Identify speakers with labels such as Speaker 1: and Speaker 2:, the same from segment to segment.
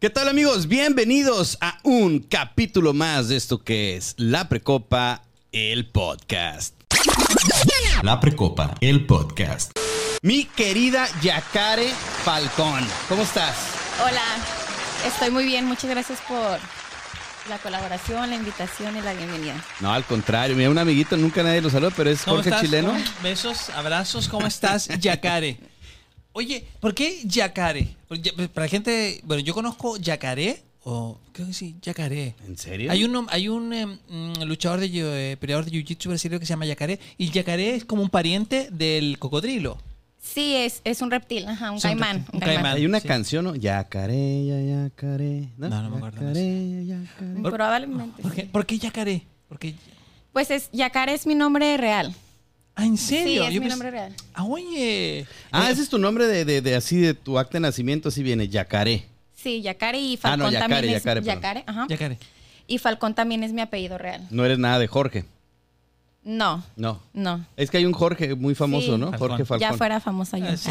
Speaker 1: ¿Qué tal amigos? Bienvenidos a un capítulo más de esto que es La Precopa, el podcast.
Speaker 2: La Precopa, el podcast.
Speaker 1: Mi querida Yacare Falcón, ¿cómo estás?
Speaker 3: Hola, estoy muy bien. Muchas gracias por la colaboración, la invitación y la bienvenida.
Speaker 1: No, al contrario, mira, un amiguito nunca nadie lo saluda, pero es
Speaker 4: ¿Cómo
Speaker 1: Jorge
Speaker 4: estás?
Speaker 1: Chileno.
Speaker 4: ¿Cómo- Besos, abrazos, ¿cómo estás, Yacare? Oye, ¿por qué Yacare? Porque ya- pues, Para la gente, bueno, yo conozco Yacaré, o creo que sí, Yacaré.
Speaker 1: ¿En serio?
Speaker 4: Hay un, hom- hay un em, mm, luchador de, jiu- eh, peleador de jiu-jitsu brasileño que se llama Yacaré, y Yacaré es como un pariente del cocodrilo.
Speaker 3: Sí, es, es un reptil, ajá, un
Speaker 4: Es un
Speaker 3: caimán.
Speaker 4: reptil,
Speaker 3: un
Speaker 4: un
Speaker 3: caimán.
Speaker 4: caimán.
Speaker 1: Hay una
Speaker 4: Sí.
Speaker 1: canción, ¿no? Yacare, ya, yacare.
Speaker 4: No, no me acuerdo, no
Speaker 1: Yacare, yacare.
Speaker 4: Por-
Speaker 3: Probablemente.
Speaker 4: ¿Por
Speaker 3: sí.
Speaker 4: qué, ¿Por qué Yacaré? Porque,
Speaker 3: Pues es, Yacar es mi nombre real.
Speaker 4: ah, ¿en
Speaker 3: Sí,
Speaker 4: serio?
Speaker 3: es
Speaker 4: Yo
Speaker 3: mi
Speaker 4: pens-
Speaker 3: nombre real.
Speaker 4: Ah, oye. Eh,
Speaker 1: Ah, ese es tu nombre de, de- de así, de tu acta de nacimiento, así viene, Yacare.
Speaker 3: Sí, Yacare y
Speaker 1: Ah, no,
Speaker 3: Falcón
Speaker 1: Yacaré,
Speaker 3: también es
Speaker 1: Yacaré, perdón.
Speaker 3: Yacaré, ajá.
Speaker 4: Yacaré.
Speaker 3: Y Falcón también es mi apellido real.
Speaker 1: No eres nada de Jorge,
Speaker 3: No,
Speaker 1: no.
Speaker 3: no.
Speaker 1: Es que hay un Jorge muy famoso,
Speaker 3: Sí.
Speaker 1: ¿no?
Speaker 4: Falcón.
Speaker 1: Jorge Falcón.
Speaker 3: Ya fuera famosa yo.
Speaker 4: Ah, sí.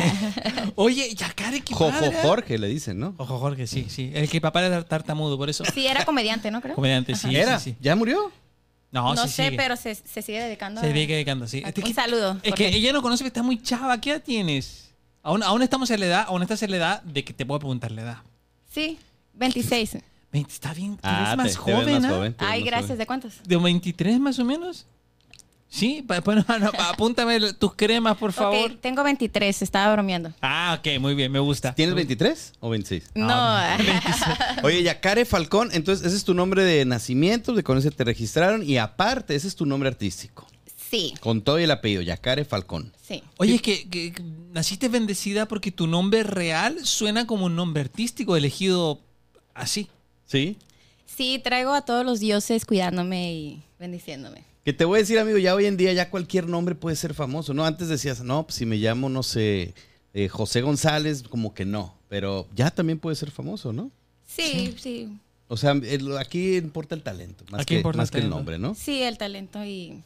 Speaker 4: Oye, Yacaré, qué
Speaker 1: Jojo
Speaker 4: padre.
Speaker 1: Jorge le dicen, ¿no?
Speaker 4: Ojo Jorge, sí, sí. El que papá era tartamudo, por eso.
Speaker 3: Sí, era comediante, ¿no creo?
Speaker 4: Comediante, sí, sí,
Speaker 1: ¿Era?
Speaker 4: sí,
Speaker 1: ¿Ya murió?
Speaker 4: No,
Speaker 3: No
Speaker 4: sí
Speaker 3: sé,
Speaker 4: sigue.
Speaker 3: pero se, se sigue dedicando
Speaker 4: Se
Speaker 3: a-
Speaker 4: sigue dedicando, sí.
Speaker 3: a-
Speaker 4: Es que-
Speaker 3: Un saludo.
Speaker 4: Es que
Speaker 3: Jorge.
Speaker 4: ella no conoce, pero está muy chava. ¿Qué edad tienes? Aún, aún estamos en la edad, aún estás en la edad de que te puedo preguntar la edad.
Speaker 3: Sí, 26.
Speaker 4: Veinte, Está bien, te ves más
Speaker 1: te- te ves
Speaker 4: joven, ¿ah?
Speaker 1: te ves
Speaker 3: Ay,
Speaker 1: más
Speaker 3: gracias.
Speaker 1: joven.
Speaker 3: ¿De cuántos?
Speaker 4: ¿De 23 más o menos? Sí, pa- bueno, no, pa- apúntame el- tus cremas, por favor.
Speaker 3: Ok, tengo 23, estaba bromeando.
Speaker 4: Ah, ok, muy bien, me gusta.
Speaker 1: ¿Tienes 23 o 26?
Speaker 3: No,
Speaker 4: Ah,
Speaker 1: Oye, Yacare Falcón, entonces ese es tu nombre de nacimiento, de con ese te registraron y aparte ese es tu nombre artístico.
Speaker 3: sí,
Speaker 1: Con todo y el apellido, Yacare Falcón.
Speaker 3: sí.
Speaker 4: Oye, es que, que- que naciste bendecida porque tu nombre real suena como un nombre artístico elegido así.
Speaker 1: ¿Sí?
Speaker 3: Sí, traigo a todos los dioses cuidándome y bendiciéndome.
Speaker 1: Que te voy a decir, amigo, ya hoy en día ya cualquier nombre puede ser famoso, ¿no? Antes decías, no, pues si me llamo, no sé, eh, José González, como que no, pero ya también puede ser famoso, ¿no?
Speaker 3: Sí, sí.
Speaker 1: O sea, el- aquí importa el talento, más,
Speaker 4: Aquí
Speaker 1: que,
Speaker 4: importa
Speaker 1: más
Speaker 4: el
Speaker 1: que el
Speaker 4: talento.
Speaker 1: nombre, ¿no?
Speaker 3: Sí, el talento y...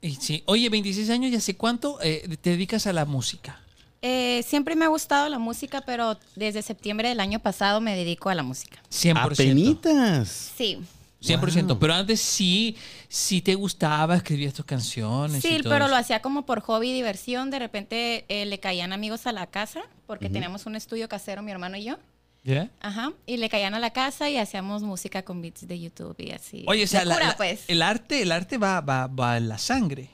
Speaker 4: Y sí. Oye, 26 años, ¿y hace cuánto eh, te dedicas a la música?
Speaker 3: Eh, siempre me ha gustado la música, pero desde septiembre del año pasado me dedico a la música.
Speaker 4: 100%.
Speaker 1: ¡Apenitas!
Speaker 3: Sí,
Speaker 4: 100%.
Speaker 1: Wow.
Speaker 4: Pero antes sí, sí te gustaba, escribías tus canciones.
Speaker 3: sí,
Speaker 4: y todo
Speaker 3: pero
Speaker 4: eso.
Speaker 3: lo hacía como por hobby, diversión. De repente eh, le caían amigos a la casa, porque teníamos un estudio casero, mi hermano y yo.
Speaker 4: ¿Ya?
Speaker 3: Ajá, y le caían a la casa y hacíamos música con beats de YouTube y así.
Speaker 4: Oye, o sea, la-
Speaker 3: Locura,
Speaker 4: la-
Speaker 3: pues.
Speaker 4: el arte, el arte va, va, va en la sangre.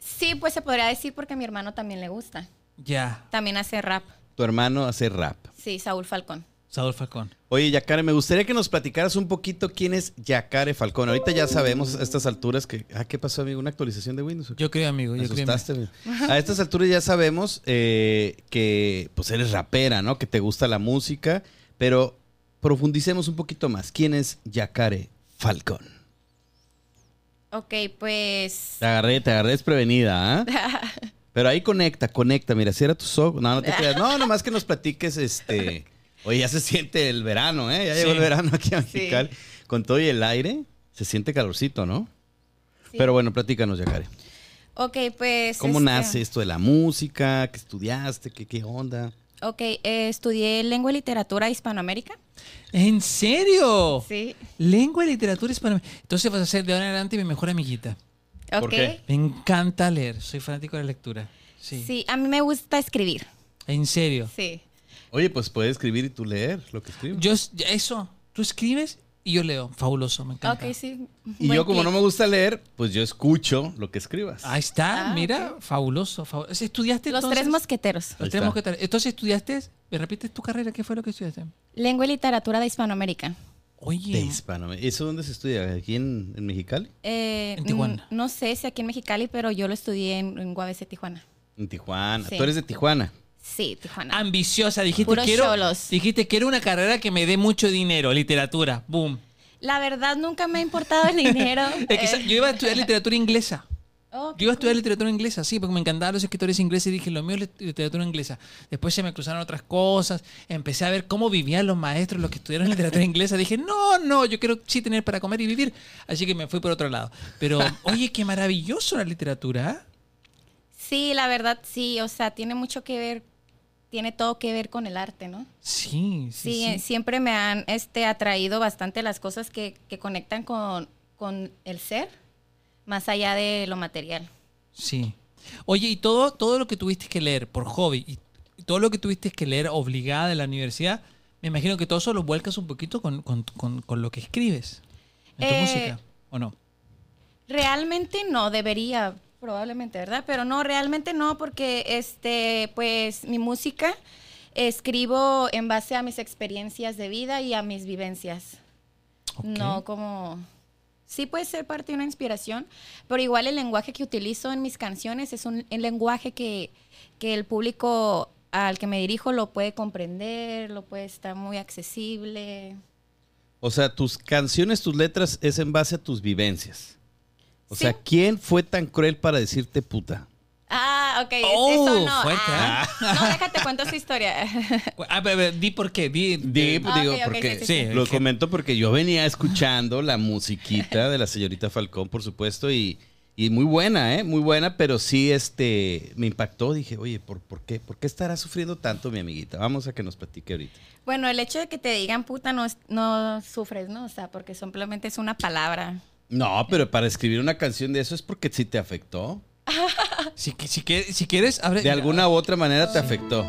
Speaker 3: Sí, pues se podría decir porque a mi hermano también le gusta.
Speaker 4: Ya,
Speaker 3: También hace rap.
Speaker 1: Tu hermano hace rap.
Speaker 3: Sí, Saúl Falcón.
Speaker 4: Saúl Falcón.
Speaker 1: Oye, Yacare, me gustaría que nos platicaras un poquito quién es Yacare Falcón. Ahorita ya sabemos a estas alturas que. Ah, ¿qué pasó, amigo? ¿Una actualización de Windows? o qué?
Speaker 4: Yo creo, amigo.
Speaker 1: Me
Speaker 4: Yo creo,
Speaker 1: asustaste, güey. A estas alturas ya sabemos eh, que pues eres rapera, ¿no? Que te gusta la música. Pero profundicemos un poquito más. ¿Quién es Yacare Falcón?
Speaker 3: Ok, pues.
Speaker 1: Te agarré, te agarré desprevenida, ¿ah? Pero ahí conecta, conecta. Mira, cierra tus ojos. No, no te creas. No, nomás que nos platiques este. Oye, ya se siente el verano, ¿eh? Ya llegó
Speaker 4: Sí.
Speaker 1: el verano aquí a Mexicali. Con todo y el aire, se siente calorcito, ¿no?
Speaker 3: sí.
Speaker 1: Pero bueno, platícanos, Yacare.
Speaker 3: Ok, pues.
Speaker 1: ¿Cómo
Speaker 3: este,
Speaker 1: nace esto de la música? ¿Qué estudiaste? ¿Qué, qué onda?
Speaker 3: Ok, eh, estudié lengua y literatura de hispanoamérica.
Speaker 4: ¿En serio?
Speaker 3: Sí.
Speaker 4: Lengua y literatura hispana. Entonces vas a ser de ahora en adelante mi mejor amiguita.
Speaker 3: Ok.
Speaker 1: ¿Por qué?
Speaker 4: Me encanta leer. Soy fanático de la lectura. Sí.
Speaker 3: Sí. a mí me gusta escribir.
Speaker 4: En serio.
Speaker 3: Sí.
Speaker 1: Oye, pues puedes escribir y tú leer lo que escribes.
Speaker 4: Yo, eso. Tú escribes y yo leo. Fabuloso, me encanta.
Speaker 3: Ok, sí.
Speaker 1: y
Speaker 3: Buen
Speaker 1: yo, como
Speaker 3: clic.
Speaker 1: no me gusta leer, pues yo escucho lo que escribas.
Speaker 4: Ahí está,
Speaker 3: Ah,
Speaker 4: mira, fabuloso, fabu- ¿Estudiaste
Speaker 3: Los
Speaker 4: entonces?
Speaker 3: tres mosqueteros.
Speaker 1: Ahí
Speaker 4: Los tres
Speaker 1: está.
Speaker 4: mosqueteros. Entonces estudiaste, me repites tu carrera, ¿qué fue lo que estudiaste?
Speaker 3: Lengua y literatura de hispanoamérica.
Speaker 1: De
Speaker 4: Oye,
Speaker 1: hispano. ¿Eso dónde se estudia? ¿Aquí en, en Mexicali?
Speaker 3: Eh,
Speaker 4: En Tijuana.
Speaker 3: mm, No sé si aquí en Mexicali, pero yo lo estudié en, en UABC, Tijuana.
Speaker 1: En Tijuana.
Speaker 3: Sí.
Speaker 1: Tú eres de Tijuana.
Speaker 3: Sí, Tijuana.
Speaker 4: Ah, ambiciosa, dijiste
Speaker 3: Puros
Speaker 4: quiero,
Speaker 3: cholos.
Speaker 4: dijiste quiero una carrera que me dé mucho dinero, literatura, boom.
Speaker 3: La verdad, nunca me ha importado el dinero.
Speaker 4: Es que sa-
Speaker 3: Eh,
Speaker 4: yo iba a estudiar literatura inglesa.
Speaker 3: oh,
Speaker 4: Yo iba a estudiar literatura inglesa, sí, porque me encantaban los escritores ingleses y dije, lo mío es lit- literatura inglesa. Después se me cruzaron otras cosas, empecé a ver cómo vivían los maestros, los que estudiaron literatura inglesa. Dije, no, no, yo quiero sí tener para comer y vivir. Así que me fui por otro lado. Pero, oye, qué maravilloso la literatura. ¿eh?
Speaker 3: Sí, la verdad sí, o sea, tiene mucho que ver tiene todo que ver con el arte, ¿no?
Speaker 4: Sí,
Speaker 3: Sí,
Speaker 4: sí.
Speaker 3: eh, siempre me han este, atraído bastante las cosas que, que conectan con, con el ser, más allá de lo material.
Speaker 4: Sí. Oye, y todo, todo lo que tuviste que leer por hobby y y todo lo que tuviste que leer obligada de la universidad, me imagino que todo eso lo vuelcas un poquito con, con- con- con lo que escribes en tu
Speaker 3: Eh,
Speaker 4: música, ¿o no?
Speaker 3: Realmente no, debería, probablemente, ¿verdad? Pero no, realmente no, porque este, pues mi música escribo en base a mis experiencias de vida y a mis vivencias.
Speaker 4: Ok.
Speaker 3: No como... Sí puede ser parte de una inspiración, pero igual el lenguaje que utilizo en mis canciones es un, el lenguaje que, que el público al que me dirijo lo puede comprender, lo puede estar muy accesible.
Speaker 1: O sea, tus canciones, tus letras es en base a tus vivencias. O
Speaker 3: Sí.
Speaker 1: sea, ¿quién fue tan cruel para decirte puta?
Speaker 3: Ah, ok. es-
Speaker 4: Oh,
Speaker 3: eso no.
Speaker 4: fuerte, ¿eh?
Speaker 3: Ah, no, déjate cuento esa historia.
Speaker 4: Ah, pero, pero, di por qué, di,
Speaker 1: Di- pues,
Speaker 4: eh,
Speaker 3: Ah, ok,
Speaker 1: digo,
Speaker 3: ok,
Speaker 1: porque
Speaker 3: sí,
Speaker 4: sí, sí.
Speaker 1: lo
Speaker 4: Sí, que-
Speaker 1: comento porque yo venía escuchando la musiquita de la señorita Falcón, por supuesto, y, y muy buena, ¿eh? Muy buena, pero sí este, me impactó. Dije, oye, ¿por, por, qué, ¿por qué estará sufriendo tanto mi amiguita? Vamos a que nos platique ahorita.
Speaker 3: Bueno, el hecho de que te digan puta no, es- no sufres, ¿no? O sea, porque simplemente es una palabra.
Speaker 1: No, pero para escribir una canción de eso es porque sí te afectó.
Speaker 4: si, que- si que- si quieres, abre.
Speaker 1: De alguna u otra manera te afectó.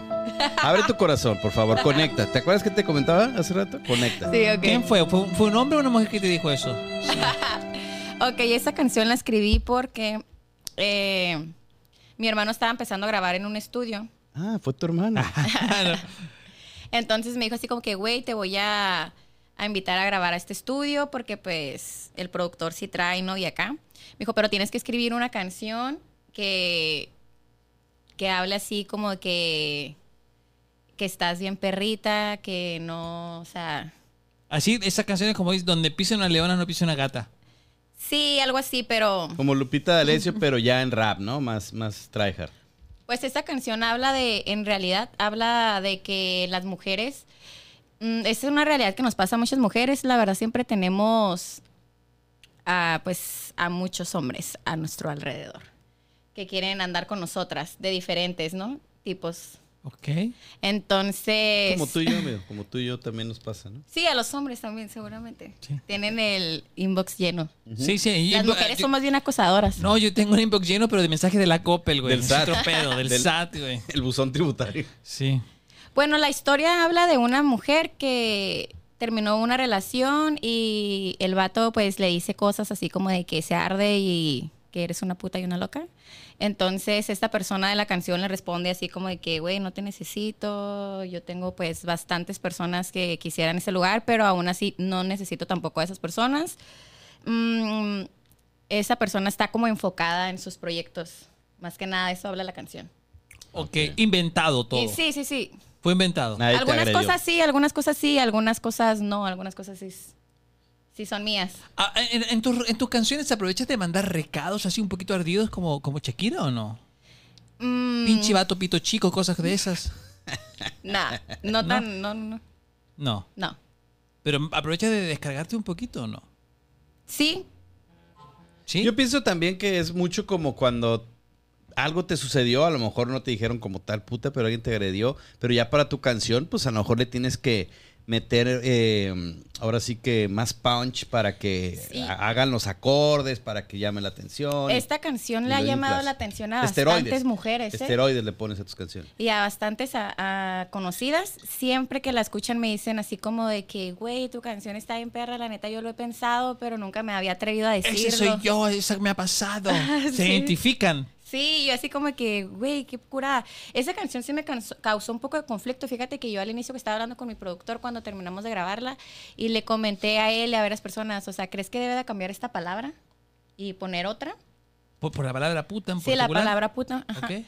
Speaker 1: Abre tu corazón, por favor, conecta. ¿Te acuerdas que te comentaba hace rato? Conecta.
Speaker 3: Sí, ok.
Speaker 4: ¿Quién fue? fue? fue un hombre o una mujer que te dijo eso?
Speaker 3: Ok, esa canción la escribí porque eh, mi hermano estaba empezando a grabar en un estudio.
Speaker 1: Ah, fue tu hermana.
Speaker 3: Entonces me dijo así como que, güey, te voy a, a invitar a grabar a este estudio porque pues el productor sí trae, ¿no? Y acá. Me dijo, pero tienes que escribir una canción que, que hable así como que, que estás bien perrita, que no, o sea...
Speaker 4: Así, esas canciones como dices, donde pisa una leona no pisa una gata.
Speaker 3: Sí, algo así, pero...
Speaker 1: Como Lupita D'Alessio, pero ya en rap, ¿no? Más, más tryhard.
Speaker 3: Pues esta canción habla de, en realidad, habla de que las mujeres, mm, esa es una realidad que nos pasa a muchas mujeres, la verdad siempre tenemos a, pues, a muchos hombres a nuestro alrededor que quieren andar con nosotras, de diferentes, ¿no? Tipos.
Speaker 4: Ok.
Speaker 3: Entonces...
Speaker 1: Como tú y yo, amigo. Como tú y yo también nos pasa, ¿no?
Speaker 3: Sí, a los hombres también, seguramente.
Speaker 4: Sí.
Speaker 3: Tienen el inbox lleno.
Speaker 4: Sí, sí. y- eh,
Speaker 3: Las mujeres
Speaker 4: yo-
Speaker 3: somos bien acosadoras.
Speaker 4: No, yo tengo un inbox lleno, pero de mensajes de la Coppel, güey.
Speaker 1: Del
Speaker 4: Del
Speaker 1: SAT.
Speaker 4: SAT. pedo, del,
Speaker 1: Del-
Speaker 4: SAT, güey.
Speaker 1: El buzón tributario.
Speaker 4: Sí.
Speaker 3: Bueno, la historia habla de una mujer que terminó una relación y el vato pues le dice cosas así como de que se arde y que eres una puta y una loca. Entonces esta persona de la canción le responde así como de que, güey, no te necesito, yo tengo pues bastantes personas que quisieran ese lugar, pero aún así no necesito tampoco a esas personas. Mm, esa persona está como enfocada en sus proyectos. Más que nada, eso habla la canción.
Speaker 4: ok, inventado todo.
Speaker 3: Y sí, sí, sí.
Speaker 4: Fue inventado.
Speaker 1: Nadie te
Speaker 3: Algunas
Speaker 1: agredió.
Speaker 3: cosas sí, algunas cosas sí, algunas cosas no, algunas cosas sí, s- sí son mías.
Speaker 4: Ah, en, en tus- en tus canciones aprovechas de mandar recados así un poquito ardidos como, como Shakira o no?
Speaker 3: Mm,
Speaker 4: Pinche vato, pito chico, cosas de esas.
Speaker 3: nah, no,
Speaker 4: ¿No?
Speaker 3: tan, no, no,
Speaker 4: No.
Speaker 3: no.
Speaker 4: Pero aprovechas de descargarte un poquito o no.
Speaker 3: Sí,
Speaker 4: Sí.
Speaker 1: Yo pienso también que es mucho como cuando algo te sucedió, a lo mejor no te dijeron como tal puta, pero alguien te agredió, pero ya para tu canción, pues a lo mejor le tienes que meter eh, ahora sí que más punch para que
Speaker 3: Sí.
Speaker 1: ha- hagan los acordes, para que llame la atención.
Speaker 3: esta canción
Speaker 1: Y
Speaker 3: le ha
Speaker 1: lo
Speaker 3: llamado
Speaker 1: inflas.
Speaker 3: la atención a
Speaker 1: Esteroides.
Speaker 3: bastantes mujeres ¿eh?
Speaker 1: Esteroides le pones a tus canciones.
Speaker 3: y a bastantes a- a conocidas. Siempre que la escuchan me dicen así como de que, güey, tu canción está bien perra, la neta yo lo he pensado, pero nunca me había atrevido a decirlo. Ah,
Speaker 4: Ese soy yo, esa me ha pasado. Se
Speaker 3: Sí.
Speaker 4: identifican.
Speaker 3: Sí, yo así como que, güey, qué curada. Esa canción sí me canso- causó un poco de conflicto. Fíjate que yo al inicio que estaba hablando con mi productor cuando terminamos de grabarla y le comenté a él y a varias personas, o sea, ¿crees que debe de cambiar esta palabra y poner otra?
Speaker 4: Por, por la palabra puta en
Speaker 3: Sí, la
Speaker 4: particular.
Speaker 3: palabra puta. Ajá.
Speaker 4: Ok.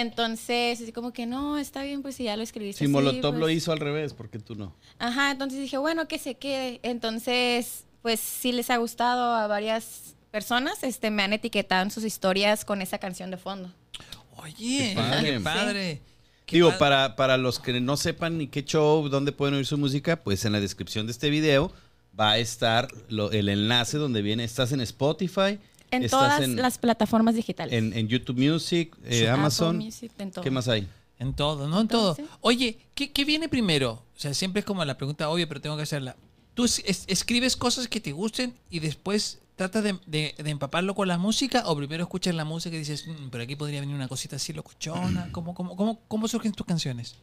Speaker 3: Entonces, así como que no, está bien, pues si ya lo escribiste.
Speaker 1: Si
Speaker 3: así,
Speaker 1: Molotov
Speaker 3: pues".
Speaker 1: lo hizo al revés, ¿por qué tú no?
Speaker 3: Ajá, entonces dije, bueno, que se quede. Entonces, pues sí les ha gustado a varias personas, este, me han etiquetado en sus historias con esa canción de fondo.
Speaker 4: Oye,
Speaker 1: Qué padre.
Speaker 4: qué padre. Qué
Speaker 1: Digo,
Speaker 4: pa-
Speaker 1: para, para los que no sepan ni qué show, dónde pueden oír su música, pues en la descripción de este video va a estar lo- el enlace donde viene. Estás en Spotify,
Speaker 3: En
Speaker 1: estás
Speaker 3: todas
Speaker 1: en,
Speaker 3: las plataformas digitales.
Speaker 1: en, en YouTube Music, eh,
Speaker 3: Apple
Speaker 1: Amazon.
Speaker 3: Music, en todo.
Speaker 1: ¿Qué más hay?
Speaker 4: En todo, no en todo.
Speaker 3: Entonces.
Speaker 4: Oye, ¿qué, qué viene primero? O sea, siempre es como la pregunta obvia, pero tengo que hacerla. ¿Tú es- es- escribes cosas que te gusten y después tratas de, de- de empaparlo con la música? ¿O primero escuchas la música y dices, "Mm, pero aquí podría venir una cosita así locochona? ¿Cómo, cómo, cómo, cómo surgen tus canciones?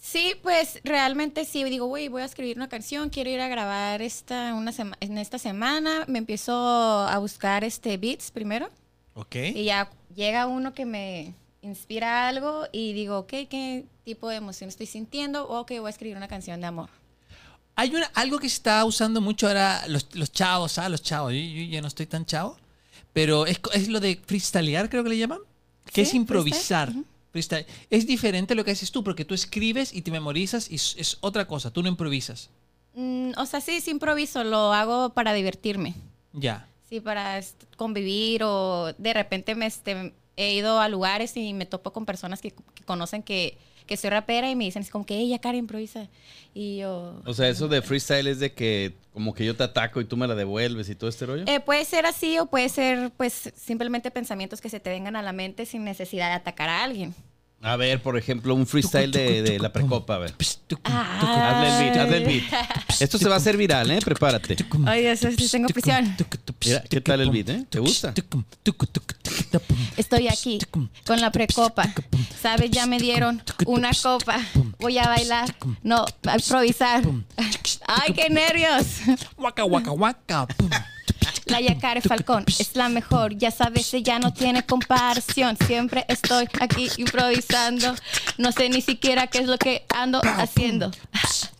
Speaker 3: Sí, pues realmente sí, digo, güey, voy a escribir una canción, quiero ir a grabar esta una sema- en esta semana, me empiezo a buscar este beats primero
Speaker 4: Ok.
Speaker 3: y ya llega uno que me inspira algo y digo, ok, ¿qué tipo de emoción estoy sintiendo? Ok, voy a escribir una canción de amor.
Speaker 4: Hay una- algo que se está usando mucho ahora los, los chavos, ah, los chavos. Yo, yo ya no estoy tan chavo, pero es, co- es lo de freestylear, creo que le llaman, que
Speaker 3: Sí,
Speaker 4: es improvisar.
Speaker 3: freestyle, ujú.
Speaker 4: Freestyle. Es diferente a lo que haces tú, porque tú escribes y te memorizas y es, es otra cosa, tú no improvisas.
Speaker 3: Mm, o sea, sí, sí improviso, lo hago para divertirme.
Speaker 4: Ya.
Speaker 3: Sí, para est- convivir o de repente me este, he ido a lugares y me topo con personas que, que conocen que, que soy rapera y me dicen así como que ella cara improvisa y yo
Speaker 1: O sea, eso de freestyle es de que como que yo te ataco y tú me la devuelves y todo este rollo.
Speaker 3: Eh, puede ser así o puede ser pues simplemente pensamientos que se te vengan a la mente sin necesidad de atacar a alguien.
Speaker 1: A ver, por ejemplo, un freestyle de, de la precopa, a ver.
Speaker 4: Pss, tucum, tucum,
Speaker 3: Ay.
Speaker 1: Hazle el beat, hazle el beat. Esto se va a hacer viral, ¿eh? Prepárate.
Speaker 4: tucum,
Speaker 3: Ay, Dios, sí
Speaker 4: tucum,
Speaker 3: tengo
Speaker 4: tucum,
Speaker 3: presión.
Speaker 4: tucum, tucum,
Speaker 1: Mira, ¿qué tal el
Speaker 4: tucum,
Speaker 1: beat, eh? ¿Te gusta?
Speaker 4: tucum, tucum, tucum, tucum, tucum,
Speaker 3: Estoy aquí
Speaker 4: tucum,
Speaker 3: con la precopa. Sabes, ya me dieron una copa. Voy a bailar. No, a improvisar.
Speaker 4: tucum, tucum,
Speaker 3: Ay, qué nervios.
Speaker 4: Waka, waka, waka. pum.
Speaker 3: La Yacare Falcón es la mejor, ya sabes, ella no tiene comparación. Siempre estoy aquí improvisando, no sé ni siquiera qué es lo que ando haciendo.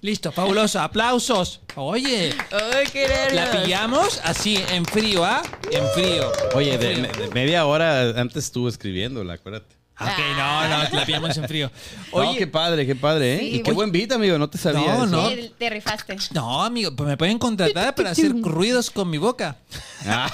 Speaker 4: Listo, fabuloso. Aplausos. Oye,
Speaker 3: Ay, qué
Speaker 4: la pillamos así, en frío, ¿ah? En frío.
Speaker 1: Oye, de, me- de media hora antes estuvo escribiéndola, acuérdate.
Speaker 4: Ah, Ok, no,
Speaker 3: Ah.
Speaker 4: no, la pillamos en frío.
Speaker 1: Oye,
Speaker 4: Oye,
Speaker 1: qué padre, qué padre, ¿eh?
Speaker 3: Sí,
Speaker 1: y qué
Speaker 3: oye.
Speaker 1: buen beat, amigo, no te sabía.
Speaker 4: No,
Speaker 1: eso.
Speaker 4: no.
Speaker 3: te rifaste.
Speaker 4: no, amigo, pues me pueden contratar para hacer ruidos con mi boca.
Speaker 1: Ah,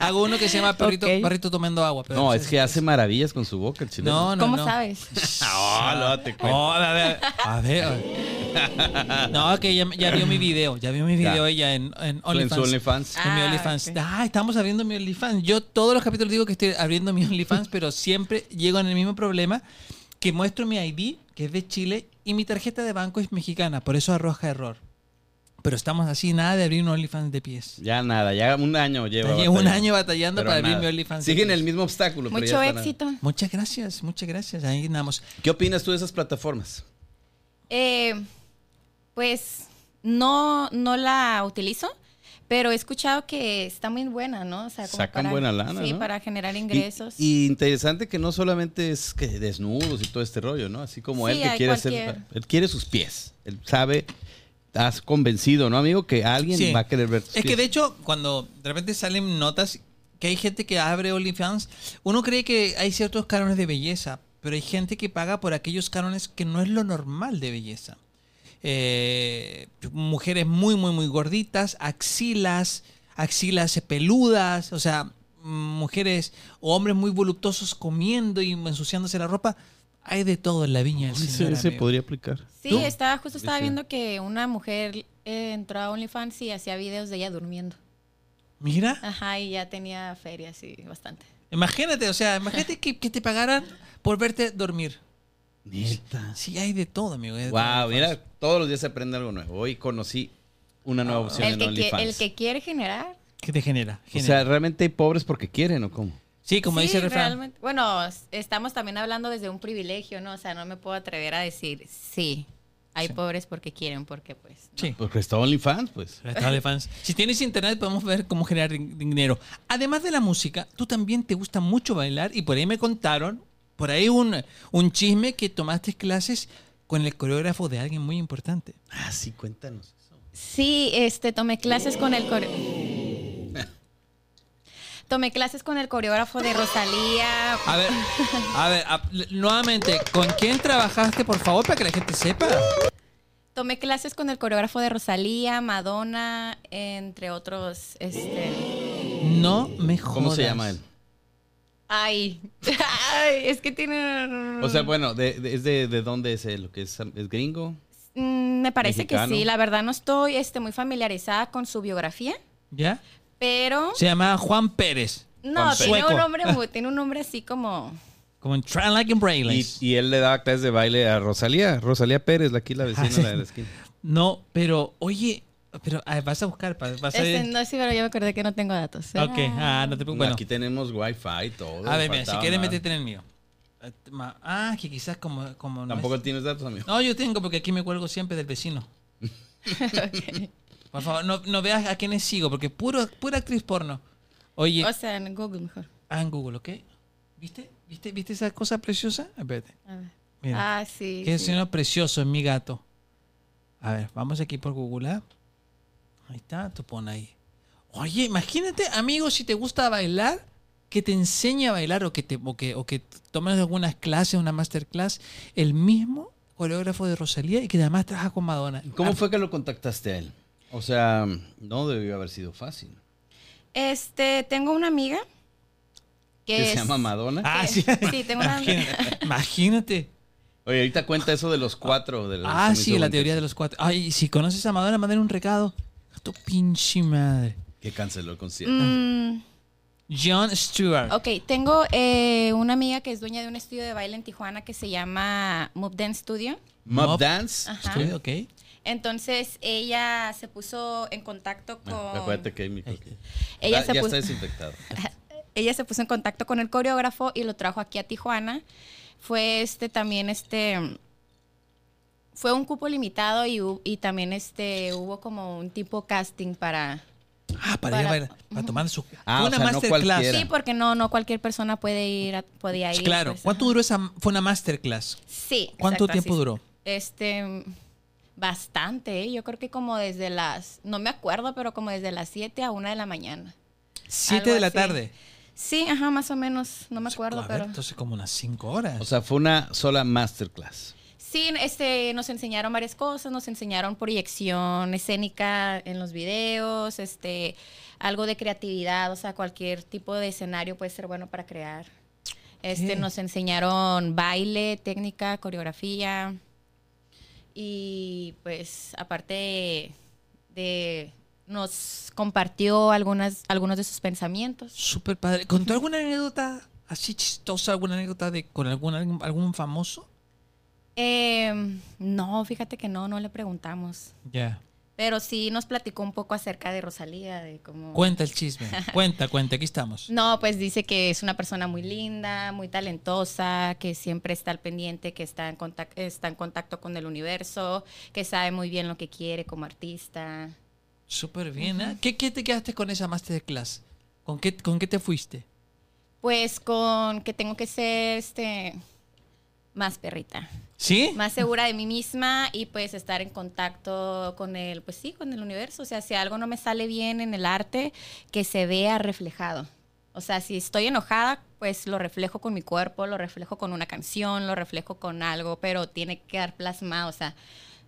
Speaker 4: Hago uno que se llama Perrito,
Speaker 3: Ok.
Speaker 4: perrito tomando agua. pero
Speaker 1: no,
Speaker 4: sé
Speaker 1: es
Speaker 4: si-
Speaker 1: que hace maravillas con su boca el chileno.
Speaker 4: No, no,
Speaker 3: ¿Cómo
Speaker 4: no.
Speaker 3: sabes?
Speaker 1: Ah, no, te cuento.
Speaker 4: Oh, a ver, a ver. a ver. No, que ya, ya vio mi video. Ya vio mi video
Speaker 1: Ya.
Speaker 4: ella en, en
Speaker 1: En
Speaker 4: OnlyFans.
Speaker 1: su OnlyFans.
Speaker 4: En mi
Speaker 3: Ah,
Speaker 4: OnlyFans.
Speaker 3: ok.
Speaker 4: Ah, estamos abriendo mi OnlyFans. Yo todos los capítulos digo que estoy abriendo mi OnlyFans, pero siempre llego en el mismo problema que muestro mi ID, que es de Chile, y mi tarjeta de banco es mexicana, por eso arroja error. Pero estamos así, nada de abrir un OnlyFans de pies.
Speaker 1: Ya nada, ya un año lleva.
Speaker 4: Llevo un
Speaker 1: batallando.
Speaker 4: año batallando
Speaker 1: Pero
Speaker 4: para abrir
Speaker 1: nada.
Speaker 4: mi OnlyFans. de
Speaker 1: Siguen
Speaker 4: pies.
Speaker 1: el mismo obstáculo. pero
Speaker 3: Mucho
Speaker 1: ya están-
Speaker 3: éxito.
Speaker 4: Muchas gracias, muchas gracias. Ahí andamos.
Speaker 1: ¿Qué opinas tú de esas plataformas?
Speaker 3: Eh, pues no, no la utilizo, pero he escuchado que está muy buena, ¿no? O sea, como
Speaker 1: Sacan
Speaker 3: para-
Speaker 1: buena lana,
Speaker 3: Sí,
Speaker 1: ¿no?
Speaker 3: para generar
Speaker 1: Y-
Speaker 3: ingresos.
Speaker 1: Y, interesante que no solamente es que desnudos y todo este rollo, ¿no? Así como
Speaker 3: Sí,
Speaker 1: él que
Speaker 3: hay
Speaker 1: quiere hacer.
Speaker 3: cualquier-
Speaker 1: Él quiere sus pies. Él sabe. Has convencido, ¿no, amigo? Que alguien
Speaker 4: Sí.
Speaker 1: va a querer ver tus
Speaker 4: Es que
Speaker 1: pies.
Speaker 4: de hecho, cuando de repente salen notas que hay gente que abre OnlyFans, uno cree que hay ciertos cánones de belleza, pero hay gente que paga por aquellos cánones que no es lo normal de belleza. Eh, mujeres muy, muy, muy gorditas, axilas, axilas peludas, o sea, mm, mujeres o hombres muy voluptuosos comiendo y ensuciándose la ropa. Hay de todo en la viña del
Speaker 1: Ese,
Speaker 4: Señor,
Speaker 1: ese
Speaker 4: amigo.
Speaker 1: podría aplicar.
Speaker 3: Sí,
Speaker 1: ¿Tú?
Speaker 3: estaba, justo estaba
Speaker 1: Ese.
Speaker 3: viendo que una mujer eh, entró a OnlyFans y hacía videos de ella durmiendo.
Speaker 4: Mira,
Speaker 3: Ajá, y ya tenía ferias y bastante.
Speaker 4: imagínate, o sea, imagínate que- que te pagaran por verte dormir.
Speaker 1: Neta.
Speaker 4: Sí, hay de todo, amigo. hay de todo
Speaker 1: Wow,
Speaker 4: en
Speaker 1: mira,
Speaker 4: OnlyFans.
Speaker 1: todos los días se aprende algo nuevo. Hoy conocí una nueva opción
Speaker 3: El
Speaker 1: en
Speaker 3: que, quie-
Speaker 1: OnlyFans.
Speaker 3: el que quiere generar.
Speaker 4: ¿Qué te genera?
Speaker 1: O
Speaker 4: Genera.
Speaker 1: sea, realmente hay pobres porque quieren, ¿o cómo?
Speaker 4: sí, como
Speaker 3: Sí,
Speaker 4: dice el refrán.
Speaker 3: realmente. Bueno, s- estamos también hablando desde un privilegio, ¿no? O sea, no me puedo atrever a decir, sí, hay
Speaker 4: Sí.
Speaker 3: pobres porque quieren, porque pues...
Speaker 4: Sí.
Speaker 1: Porque está OnlyFans, pues.
Speaker 4: Está OnlyFans. Si tienes internet, podemos ver cómo generar din- dinero. Además de la música, tú también te gusta mucho bailar y por ahí me contaron, por ahí un, un chisme que tomaste clases con el coreógrafo de alguien muy importante.
Speaker 1: Ah, sí, cuéntanos eso.
Speaker 3: Sí, este, tomé clases con el core- Tomé clases con el coreógrafo de Rosalía.
Speaker 4: A ver, a ver, a- l- nuevamente, ¿con quién trabajaste, por favor, para que la gente sepa?
Speaker 3: Tomé clases con el coreógrafo de Rosalía, Madonna, entre otros, este...
Speaker 4: No me jodas.
Speaker 1: ¿Cómo se llama él?
Speaker 3: Ay, ay, es que tiene...
Speaker 1: O sea, bueno, de, de- es de, de dónde es él? ¿Lo que es, es gringo?
Speaker 3: Mm, me parece
Speaker 1: Mexicano.
Speaker 3: que sí, la verdad no estoy este, muy familiarizada con su biografía,
Speaker 4: ¿Ya?
Speaker 3: pero...
Speaker 4: Se llama Juan Pérez.
Speaker 3: No, tiene
Speaker 4: Sueco.
Speaker 3: un, nombre, mu- tiene un nombre así como
Speaker 4: Como en Try Like and
Speaker 1: Y,
Speaker 4: Brainless.
Speaker 1: y él le daba clases de baile a Rosalía, Rosalía Pérez, la aquí la vecina
Speaker 4: sí.
Speaker 1: la de la esquina.
Speaker 4: No, pero oye, pero ah, vas a buscar, pa- vas a
Speaker 3: Este, no, sí, pero yo me acordé que no tengo datos. ¿eh?
Speaker 4: Ok, ah, no te preocupes.
Speaker 1: Aquí tenemos wifi y todo.
Speaker 4: a ver, mira, si
Speaker 1: faltaba
Speaker 4: quieres
Speaker 1: más.
Speaker 4: meterte en el mío. Ah, t- ma- Ah, que quizás como, como no
Speaker 1: Tampoco
Speaker 4: es-
Speaker 1: tienes datos, amigo.
Speaker 4: No, yo tengo porque aquí me cuelgo siempre del vecino. Por favor, no, no veas a quiénes sigo porque puro, pura actriz porno. Oye,
Speaker 3: O sea, en Google mejor.
Speaker 4: ah, en Google, ¿ok? ¿Viste? ¿Viste, ¿Viste esa cosa preciosa? Espérate.
Speaker 3: A ver.
Speaker 4: Mira.
Speaker 3: Ah, sí.
Speaker 4: Qué
Speaker 3: sí.
Speaker 4: señor precioso es mi gato. A ver, vamos aquí por Google. ¿ah? Ahí está, tú pon ahí. Oye, imagínate, amigo, si te gusta bailar, que te enseñe a bailar o que, te, o que, o que tomes algunas clases, una masterclass, el mismo coreógrafo de Rosalía y que además trabaja con Madonna.
Speaker 1: ¿Cómo
Speaker 4: Ah,
Speaker 1: fue que lo contactaste a él? O sea, no debió haber sido fácil.
Speaker 3: Este, tengo una amiga que,
Speaker 1: Que
Speaker 3: es-
Speaker 1: se llama Madonna.
Speaker 4: Ah, sí.
Speaker 3: Sí, tengo una amiga.
Speaker 4: Imagínate.
Speaker 1: Oye, ahorita cuenta eso de los cuatro. De los
Speaker 4: Ah,
Speaker 1: que me
Speaker 4: sí,
Speaker 1: hizo
Speaker 4: la teoría de
Speaker 1: brincar.
Speaker 4: los cuatro. Ay, si conoces a Madonna, mandale un recado. A tu pinche madre.
Speaker 1: Que canceló el concierto.
Speaker 3: Mm,
Speaker 4: John Stewart.
Speaker 3: ok, tengo eh, una amiga que es dueña de un estudio de baile en Tijuana que se llama Move Dance Studio.
Speaker 1: Mob,
Speaker 4: Mob.
Speaker 1: Dance.
Speaker 3: Ajá.
Speaker 4: Estoy- ok.
Speaker 3: Entonces ella se puso en contacto con.
Speaker 1: Bueno, acuérdate que hay micro aquí.
Speaker 3: ella,
Speaker 1: Ah,
Speaker 3: se
Speaker 1: ya
Speaker 3: puso,
Speaker 1: está desinfectado.
Speaker 3: ella se puso en contacto con el coreógrafo y lo trajo aquí a Tijuana. Fue este también este. Fue un cupo limitado y, hu- y también este hubo como un tipo casting para.
Speaker 4: Ah, para, ir
Speaker 3: Para-
Speaker 4: a bailar, para tomar su
Speaker 1: Ah,
Speaker 4: fue
Speaker 1: o
Speaker 4: una
Speaker 1: sea, no
Speaker 4: masterclass.
Speaker 1: cualquiera.
Speaker 3: Sí, porque no, no cualquier persona puede ir, a- podía ir.
Speaker 4: Ah. claro.
Speaker 3: pues,
Speaker 4: ¿Cuánto
Speaker 3: ajá.
Speaker 4: duró esa fue una masterclass?
Speaker 3: Sí.
Speaker 4: ¿Cuánto
Speaker 3: exacto,
Speaker 4: tiempo
Speaker 3: así es.
Speaker 4: duró?
Speaker 3: Este, bastante, ¿eh? yo creo que como desde las, no me acuerdo, pero como desde las 7 a 1 de la mañana.
Speaker 4: Siete de la
Speaker 3: así.
Speaker 4: tarde.
Speaker 3: Sí, ajá, más o menos, no me acuerdo,
Speaker 4: A ver,
Speaker 3: pero...
Speaker 4: Entonces como unas cinco horas.
Speaker 1: O sea, fue una sola masterclass.
Speaker 3: Sí, este, nos enseñaron varias cosas, nos enseñaron proyección escénica en los videos, este, algo de creatividad, o sea, cualquier tipo de escenario puede ser bueno para crear. Este,
Speaker 4: Ok.
Speaker 3: nos enseñaron baile, técnica, coreografía y pues aparte de, de- nos compartió algunas algunos de sus pensamientos.
Speaker 4: Súper padre. ¿Contó alguna anécdota así chistosa, alguna anécdota de con algún algún famoso?
Speaker 3: Eh, no, fíjate que no, no le preguntamos.
Speaker 4: Ya.
Speaker 3: Pero sí nos platicó un poco acerca de Rosalía, de cómo...
Speaker 4: Cuenta el chisme. Cuenta, cuenta. Aquí estamos.
Speaker 3: No, pues dice que es una persona muy linda, muy talentosa, que siempre está al pendiente, que está en, contac- está en contacto con el universo, que sabe muy bien lo que quiere como artista.
Speaker 4: Súper bien. ¿eh? ¿Qué, ¿Qué te quedaste con esa masterclass? ¿Con qué con qué te fuiste?
Speaker 3: Pues con que tengo que ser este más perrita,
Speaker 4: ¿Sí?
Speaker 3: más segura de mí misma y pues estar en contacto con el, pues sí, con el universo. O sea, si algo no me sale bien en el arte, que se vea reflejado. O sea, si estoy enojada, pues lo reflejo con mi cuerpo, lo reflejo con una canción, lo reflejo con algo, pero tiene que quedar plasmado. O sea,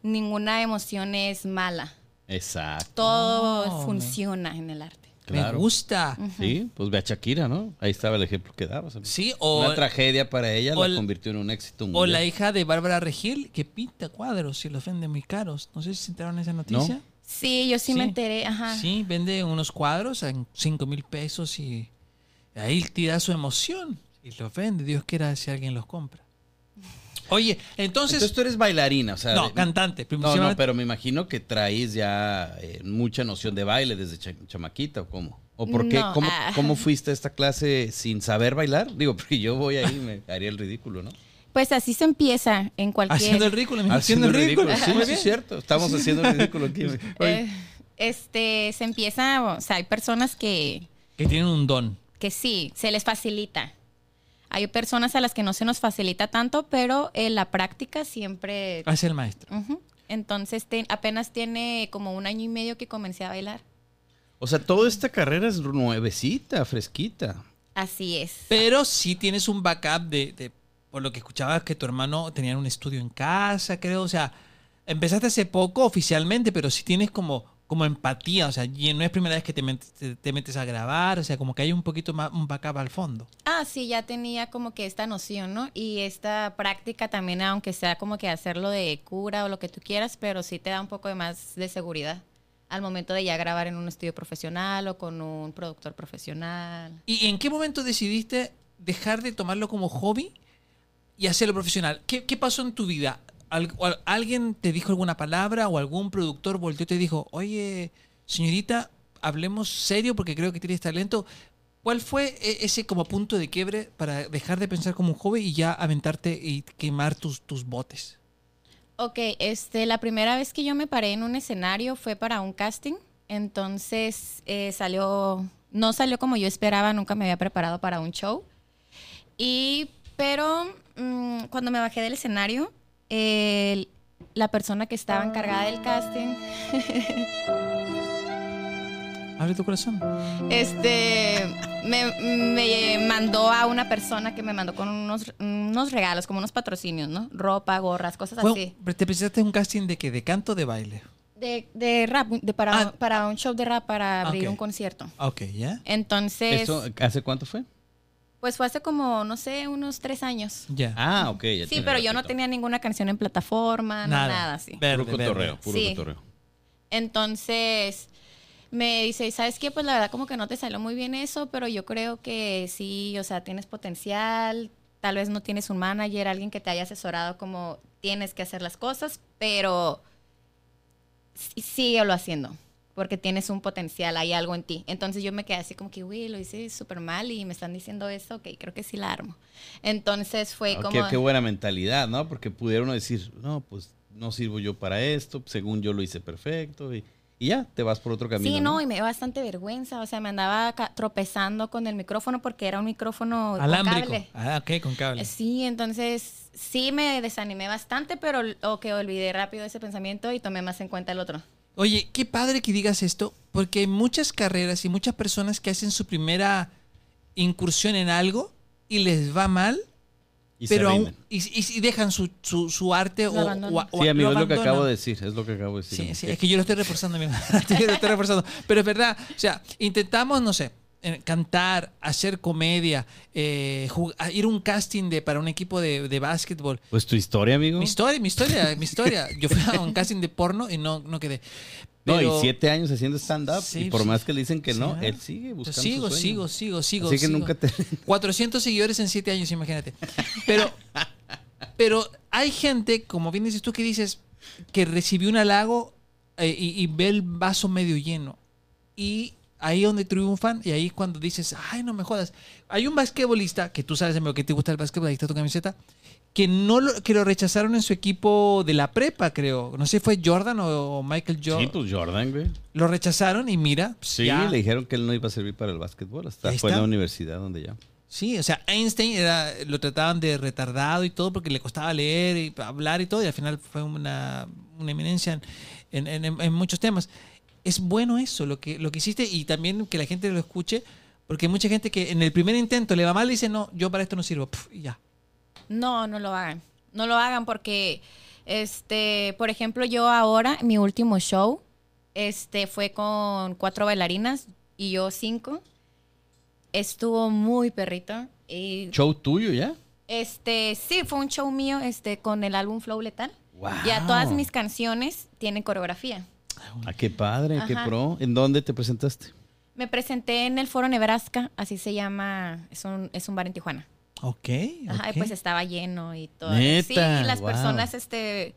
Speaker 3: ninguna emoción es mala.
Speaker 1: Exacto.
Speaker 3: Todo
Speaker 4: Oh, me-
Speaker 3: funciona en el arte.
Speaker 1: Claro.
Speaker 4: Me gusta.
Speaker 1: Sí, pues ve a Shakira, ¿no? Ahí estaba el ejemplo que dabas. amigo.
Speaker 4: Sí, o
Speaker 1: Una tragedia para ella
Speaker 4: o
Speaker 1: la
Speaker 4: el-
Speaker 1: convirtió en un éxito
Speaker 4: O la
Speaker 1: mundial.
Speaker 4: hija de Bárbara Regil, que pinta cuadros y los vende muy caros. No sé si se enteraron de esa noticia.
Speaker 3: Sí, yo sí, me
Speaker 4: Sí.
Speaker 3: enteré. Ajá.
Speaker 4: Sí, vende unos cuadros en 5 mil pesos y ahí tira su emoción y los vende. Dios quiera si alguien los compra. Oye, entonces...
Speaker 1: Entonces tú eres bailarina, o sea...
Speaker 4: no,
Speaker 1: de-
Speaker 4: cantante.
Speaker 1: No, no,
Speaker 4: principalmente.
Speaker 1: pero me imagino que traís ya eh, mucha noción de baile desde cha- chamaquita o cómo. ¿O por qué?
Speaker 3: No,
Speaker 1: ¿Cómo,
Speaker 3: ah.
Speaker 1: cómo fuiste a esta clase sin saber bailar? Digo, porque yo voy ahí y me haría el ridículo, ¿no? Ah,
Speaker 3: Pues así se empieza en cualquier...
Speaker 4: Haciendo el ridículo. mismo, Haciendo, el ridículo.
Speaker 1: Sí,
Speaker 4: Muy
Speaker 1: sí,
Speaker 4: bien. Pues,
Speaker 1: es cierto. Estamos haciendo el ridículo aquí. Oye,
Speaker 3: Eh, este, se empieza, o sea, hay personas que,
Speaker 4: Que tienen un don.
Speaker 3: que sí, se les facilita. Hay personas a las que no se nos facilita tanto, pero en la práctica siempre...
Speaker 4: Hace el maestro.
Speaker 3: Ujú. Entonces, te- apenas tiene como un año y medio que comencé a bailar.
Speaker 1: O sea, toda esta carrera es nuevecita, fresquita.
Speaker 3: Así es.
Speaker 4: Pero sí tienes un backup de, de- por lo que escuchabas que tu hermano tenía un estudio en casa, creo, o sea, empezaste hace poco oficialmente, pero sí tienes como, como empatía, o sea, y no es primera vez que te, met- te- te metes a grabar, o sea, como que hay un poquito más un backup al fondo.
Speaker 3: Ah, sí, ya tenía como que esta noción, ¿no? Y esta práctica también, aunque sea como que hacerlo de cura o lo que tú quieras, pero sí te da un poco de más de seguridad al momento de ya grabar en un estudio profesional o con un productor profesional.
Speaker 4: ¿Y en qué momento decidiste dejar de tomarlo como hobby y hacerlo profesional. ¿Qué, qué pasó en tu vida? ¿Al- o al- ¿Alguien te dijo alguna palabra o algún productor volteó y te dijo, oye, señorita, hablemos serio porque creo que tienes talento? ¿Cuál fue e- ese como punto de quiebre para dejar de pensar como un joven y ya aventarte y quemar tus, tus botes?
Speaker 3: Ok, este, la primera vez que yo me paré en un escenario fue para un casting, entonces eh, salió, no salió como yo esperaba, nunca me había preparado para un show. Y, pero mm, cuando me bajé del escenario, el- la persona que estaba encargada del casting,
Speaker 4: Abre tu corazón.
Speaker 3: este, me, me mandó a una persona que me mandó con unos, unos regalos, como unos patrocinios, ¿no? Ropa, gorras, cosas
Speaker 4: Bueno,
Speaker 3: así.
Speaker 4: pero ¿Te presentaste en un casting de qué? ¿De canto o de baile?
Speaker 3: De, de rap, de para,
Speaker 4: Ah.
Speaker 3: para un show de rap, para abrir
Speaker 4: Ok.
Speaker 3: un concierto.
Speaker 4: Ah, Ok, ¿ya?
Speaker 3: Entonces,
Speaker 1: ¿Eso eh. hace cuánto fue?
Speaker 3: pues fue hace como, no sé, unos tres años.
Speaker 4: Ya.
Speaker 1: Ah, ok. ya
Speaker 3: Sí,
Speaker 1: tiene
Speaker 3: pero yo no
Speaker 1: ratito.
Speaker 3: tenía ninguna canción en plataforma, no nada, sí.
Speaker 1: Puro
Speaker 4: verde.
Speaker 1: cotorreo, puro
Speaker 3: Sí.
Speaker 1: cotorreo.
Speaker 3: Entonces, me dice, ¿sabes qué? Pues la verdad como que no te salió muy bien eso, pero yo creo que sí, o sea, tienes potencial, tal vez no tienes un manager, alguien que te haya asesorado como tienes que hacer las cosas, pero sí- síguelo haciendo, porque tienes un potencial, hay algo en ti. Entonces yo me quedé así como que, uy, lo hice súper mal y me están diciendo esto, ok, creo que sí la armo. Entonces fue
Speaker 1: Ah,
Speaker 3: como...
Speaker 1: qué, qué buena mentalidad, ¿no? Porque pudieron decir, no, pues no sirvo yo para esto, según yo lo hice perfecto y, y ya, te vas por otro camino.
Speaker 3: Sí, no, y me dio bastante vergüenza, o sea, me andaba ca- tropezando con el micrófono porque era un micrófono con
Speaker 4: Alámbrico.
Speaker 3: cable.
Speaker 4: Ah, ok, con cable.
Speaker 3: Eh, Sí, entonces sí me desanimé bastante, pero o que olvidé rápido ese pensamiento y tomé más en cuenta el otro.
Speaker 4: Oye, qué padre que digas esto, porque hay muchas carreras y muchas personas que hacen su primera incursión en algo y les va mal,
Speaker 1: Y se
Speaker 4: pero aún,
Speaker 1: rinden.
Speaker 4: y, y- y dejan su, su- su arte
Speaker 3: Lo
Speaker 4: o,
Speaker 3: abandonan.
Speaker 4: o, a- o
Speaker 1: Sí,
Speaker 4: a-
Speaker 1: amigo,
Speaker 4: lo
Speaker 1: es lo que
Speaker 4: abandonan.
Speaker 1: acabo de decir, es lo que acabo de decir.
Speaker 4: Sí,
Speaker 1: amigo.
Speaker 4: sí, es que yo lo estoy reforzando, mi hermano. Yo lo estoy reforzando. Pero es verdad, o sea, intentamos, no sé, eh, cantar, hacer comedia, eh, jug- a ir a un casting de, para un equipo de, de básquetbol.
Speaker 1: Pues tu historia, amigo.
Speaker 4: Mi historia, mi historia, mi historia. Yo fui a un casting de porno y no, no quedé.
Speaker 1: no,
Speaker 4: Pero-
Speaker 1: y siete años haciendo stand-up
Speaker 4: Sí,
Speaker 1: y por
Speaker 4: sí.
Speaker 1: más que le dicen que
Speaker 4: Sí,
Speaker 1: no,
Speaker 4: ¿verdad? Pues
Speaker 1: él sigue buscando su
Speaker 4: sigo,
Speaker 1: sueño.
Speaker 4: sigo, sigo, sigo.
Speaker 1: Así que
Speaker 4: sigo.
Speaker 1: nunca te...
Speaker 4: 400 seguidores en 7 años, imagínate. Pero, pero hay gente, como bien dices tú, que dices que recibió un halago eh, y, y ve el vaso medio lleno. Y ahí es donde triunfan y ahí es cuando dices, ay, no me jodas. Hay un basquetbolista, que tú sabes, amigo, que te gusta el basquetbol, ahí está tu camiseta, que, no lo, que lo rechazaron en su equipo de la prepa, creo. No sé, fue Jordan o Michael Jordan.
Speaker 1: Sí, pues Jordan, güey.
Speaker 4: Lo rechazaron y mira,
Speaker 1: Sí,
Speaker 4: ya.
Speaker 1: le dijeron que él no iba a servir para el básquetbol. Hasta
Speaker 4: Ahí
Speaker 1: fue en
Speaker 4: está.
Speaker 1: la universidad donde ya.
Speaker 4: Sí, o sea, Einstein era, lo trataban de retardado y todo porque le costaba leer y hablar y todo, y al final fue una, una eminencia en, en- en- en muchos temas. Es bueno eso, lo que, lo que hiciste, y también que la gente lo escuche, porque hay mucha gente que en el primer intento le va mal y dice, no, yo para esto no sirvo, Pf, y ya.
Speaker 3: No, no lo hagan. No lo hagan porque, este, por ejemplo, yo ahora, mi último show, este, fue con cuatro bailarinas y yo cinco. Estuvo muy perrito. Y
Speaker 1: Show tuyo ya.
Speaker 3: Este, sí, fue un show mío este, con el álbum Flow Letal.
Speaker 1: Wow.
Speaker 3: Ya todas mis canciones tienen coreografía.
Speaker 1: Ah, qué padre, qué
Speaker 3: Ajá.
Speaker 1: pro. ¿En dónde te presentaste?
Speaker 3: Me presenté en el Foro Nebraska, así se llama, es un, es un bar en Tijuana.
Speaker 4: Ok.
Speaker 3: Ajá, y
Speaker 4: ok.
Speaker 3: pues estaba lleno y todo.
Speaker 1: Neta,
Speaker 3: sí, y las
Speaker 1: wow.
Speaker 3: personas este,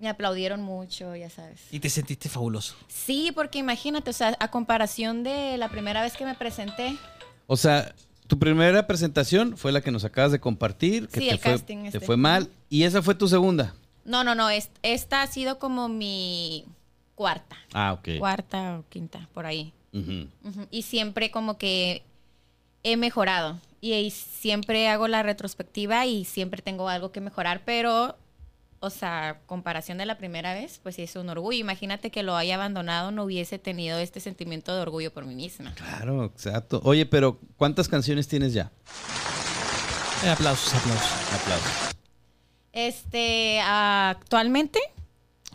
Speaker 3: me aplaudieron mucho, ya sabes.
Speaker 4: Y te sentiste fabuloso.
Speaker 3: Sí, porque imagínate, o sea, a comparación de la primera vez que me presenté,
Speaker 1: O sea, tu primera presentación fue la que nos acabas de compartir, que
Speaker 3: Sí,
Speaker 1: te,
Speaker 3: el
Speaker 1: fue,
Speaker 3: casting
Speaker 1: te
Speaker 3: este.
Speaker 1: fue mal. Y esa fue tu segunda.
Speaker 3: no, no, no, es- esta ha sido como mi cuarta,
Speaker 1: Ah, ok.
Speaker 3: cuarta o quinta, por ahí.
Speaker 1: Ujú.
Speaker 3: Ujú, Y siempre como que he mejorado. Y, y siempre hago la retrospectiva y siempre tengo algo que mejorar, pero, o sea, comparación de la primera vez, pues sí es un orgullo. Imagínate que lo haya abandonado, no hubiese tenido este sentimiento de orgullo por mí misma.
Speaker 1: Claro, exacto. Oye, pero ¿cuántas canciones tienes ya?
Speaker 4: Eh, aplausos, aplausos.
Speaker 1: Aplausos.
Speaker 3: Este, actualmente,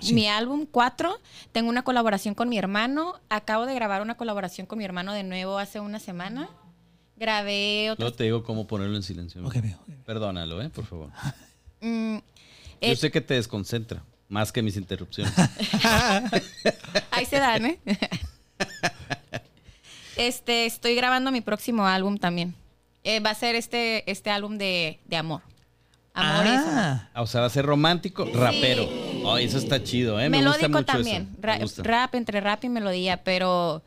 Speaker 4: Sí.
Speaker 3: mi álbum 4, tengo una colaboración con mi hermano. Acabo de grabar una colaboración con mi hermano de nuevo hace una semana. Grabé otro...
Speaker 1: No te digo cómo ponerlo en silencio.
Speaker 4: Ok, amigo.
Speaker 1: Perdónalo, ¿eh? Por favor.
Speaker 3: Mm,
Speaker 1: Yo
Speaker 3: eh,
Speaker 1: sé que te desconcentra, más que mis interrupciones.
Speaker 3: Ahí se dan, ¿eh? Este, estoy grabando mi próximo álbum también. Eh, va a ser este, este álbum de, de amor. Amor y desamor.
Speaker 4: Ah,
Speaker 1: Ah, O sea, va a ser romántico, rapero. Ay, eso está chido, ¿eh? Me gusta
Speaker 3: Melódico
Speaker 1: mucho
Speaker 3: también.
Speaker 1: eso. Me
Speaker 3: Ra-
Speaker 1: gusta.
Speaker 3: Rap, entre rap y melodía, pero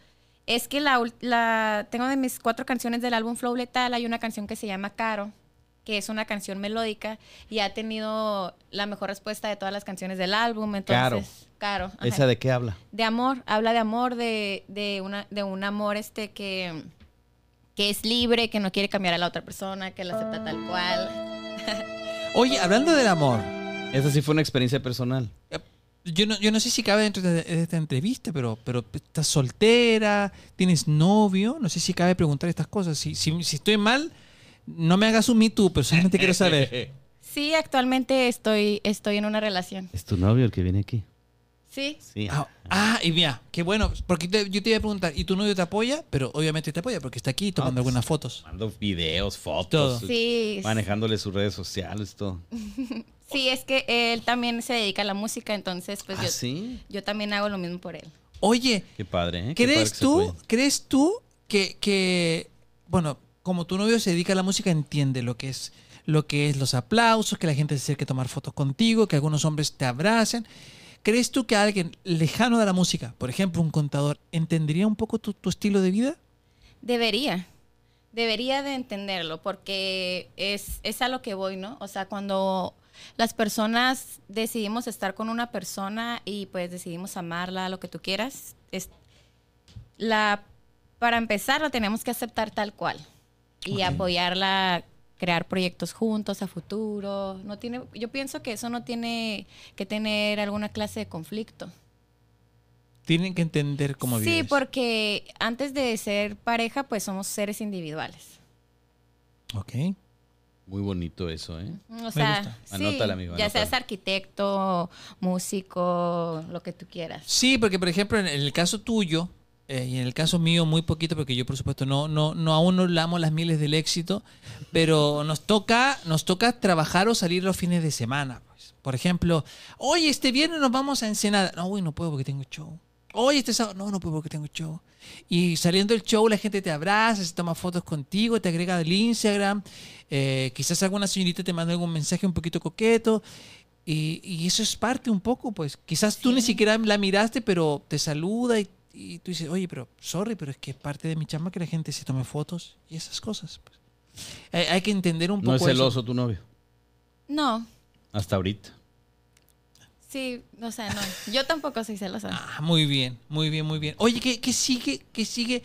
Speaker 3: es que la, ul- la tengo de mis cuatro canciones del álbum Flow Letal, hay una canción que se llama Caro, que es una canción melódica y ha tenido la mejor respuesta de todas las canciones del álbum. Entonces, Caro. ajá.
Speaker 1: ¿Esa de qué habla?
Speaker 3: de amor, habla de amor, de, de, una, de un amor este que, que es libre, que no quiere cambiar a la otra persona, que la acepta tal cual.
Speaker 4: Oye, hablando del amor,
Speaker 1: Esa sí fue una experiencia personal.
Speaker 4: yo no, yo no sé si cabe dentro de, de esta entrevista, pero, pero estás soltera, tienes novio, no sé si cabe preguntar estas cosas. Si, si, si estoy mal, no me hagas un me too, pero solamente quiero saber.
Speaker 3: Sí, actualmente estoy, estoy en una relación.
Speaker 1: ¿Es tu novio el que viene aquí?
Speaker 3: Sí.
Speaker 1: Sí.
Speaker 4: Ah, ah, y mira, qué bueno, porque te- yo te iba a preguntar, ¿y tu novio te apoya? Pero obviamente te apoya porque está aquí tomando
Speaker 1: Ah, pues.
Speaker 4: algunas fotos.
Speaker 1: Mando videos, fotos, eh,
Speaker 4: Todo.
Speaker 3: Sí, Pues
Speaker 1: manejándole sus redes sociales, todo.
Speaker 3: sí, es que él también se dedica a la música, entonces pues
Speaker 1: ¿Ah,
Speaker 3: yo,
Speaker 1: sí?
Speaker 3: yo también hago lo mismo por él.
Speaker 4: Oye,
Speaker 1: Qué padre, ¿eh? Qué padre
Speaker 4: ¿Crees
Speaker 1: que se
Speaker 4: tú,
Speaker 1: apoyen.
Speaker 4: ¿crees tú que, que, bueno, como tu novio se dedica a la música, entiende lo que es lo que es los aplausos, que la gente se acerque a tomar fotos contigo, que algunos hombres te abracen? ¿Crees tú que alguien lejano de la música, por ejemplo un contador, entendería un poco tu, tu estilo de vida?
Speaker 3: Debería. Debería de entenderlo porque es, es a lo que voy, ¿no? O sea, cuando las personas decidimos estar con una persona y pues decidimos amarla, lo que tú quieras, es, la, para empezar la tenemos que aceptar tal cual y
Speaker 4: Ok.
Speaker 3: apoyarla, crear proyectos juntos a futuro. No tiene, yo pienso que eso no tiene que tener alguna clase de conflicto.
Speaker 4: Tienen que entender cómo
Speaker 3: Sí,
Speaker 4: vives.
Speaker 3: porque antes de ser pareja, pues somos seres individuales.
Speaker 4: Ok.
Speaker 1: Muy bonito eso, ¿eh?
Speaker 3: Mm, O sea,
Speaker 4: gusta.
Speaker 3: sí,
Speaker 1: Anótala, amigo,
Speaker 3: ya
Speaker 1: anótala.
Speaker 3: seas arquitecto, músico, lo que tú quieras.
Speaker 4: Sí, porque por ejemplo, en el caso tuyo, eh, y en el caso mío muy poquito, porque yo por supuesto no, no, no aún no lamo las miles del éxito, pero nos toca, nos toca trabajar o salir los fines de semana. pues. Por ejemplo, hoy este viernes nos vamos a Ensenada. No, uy, no puedo porque tengo show. Hoy este sábado, no, no puedo porque tengo show. Y saliendo del show, la gente te abraza, se toma fotos contigo, te agrega al Instagram. eh, quizás alguna señorita te manda algún mensaje un poquito coqueto. Y, y eso es parte un poco, pues. Quizás tú ni siquiera la miraste, pero te saluda y, y tú dices, oye, pero sorry, pero es que es parte de mi chamba que la gente se tome fotos y esas cosas. pues. Hay, hay que entender un poco.
Speaker 1: No es
Speaker 4: eso.
Speaker 1: celoso tu novio.
Speaker 3: No,
Speaker 1: Hasta ahorita.
Speaker 3: sí, o sea, no. Yo tampoco soy celosa.
Speaker 4: Ah, muy bien, muy bien, muy bien. Oye, ¿qué, qué sigue? ¿Qué sigue?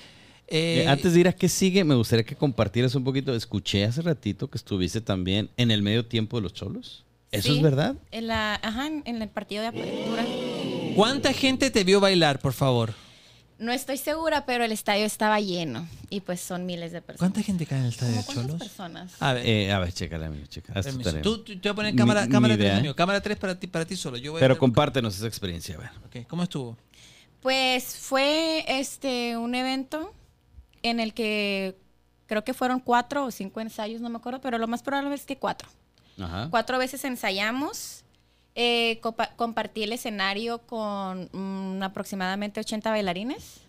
Speaker 4: Eh,
Speaker 1: Eh, Antes de ir a qué sigue, me gustaría que compartieras un poquito. Escuché hace ratito que estuviste también en el medio tiempo de los cholos. ¿Eso
Speaker 3: Sí.
Speaker 1: es verdad?
Speaker 3: En la, ajá, en en el partido de apertura.
Speaker 4: ¿Cuánta gente te vio bailar, por favor?
Speaker 3: No estoy segura, pero el estadio estaba lleno y pues son miles de personas.
Speaker 4: ¿Cuánta gente cae en el estadio
Speaker 3: ¿Cómo
Speaker 4: de
Speaker 3: cuántas
Speaker 4: Cholos? Ah.
Speaker 3: personas?
Speaker 4: A ver,
Speaker 1: Eh, a ver, chécala, amigo, chécala. Haz tu
Speaker 4: permiso.
Speaker 1: tarea.
Speaker 4: Tú, tú- te voy a poner
Speaker 1: Ni-
Speaker 4: cámara,
Speaker 1: ni
Speaker 4: cámara
Speaker 1: idea,
Speaker 4: 3,
Speaker 1: ¿eh?
Speaker 4: amigo. Cámara 3 para ti, para ti solo. Yo voy a
Speaker 1: Pero
Speaker 4: ver-
Speaker 1: compártenos esa experiencia, a ver.
Speaker 4: Ok, ¿Cómo estuvo?
Speaker 3: Pues fue este un evento en el que creo que fueron cuatro o cinco ensayos, no me acuerdo, pero lo más probable es que cuatro.
Speaker 1: Ajá.
Speaker 3: Cuatro veces ensayamos. eh, copa- compartí el escenario con mm, aproximadamente 80 bailarines.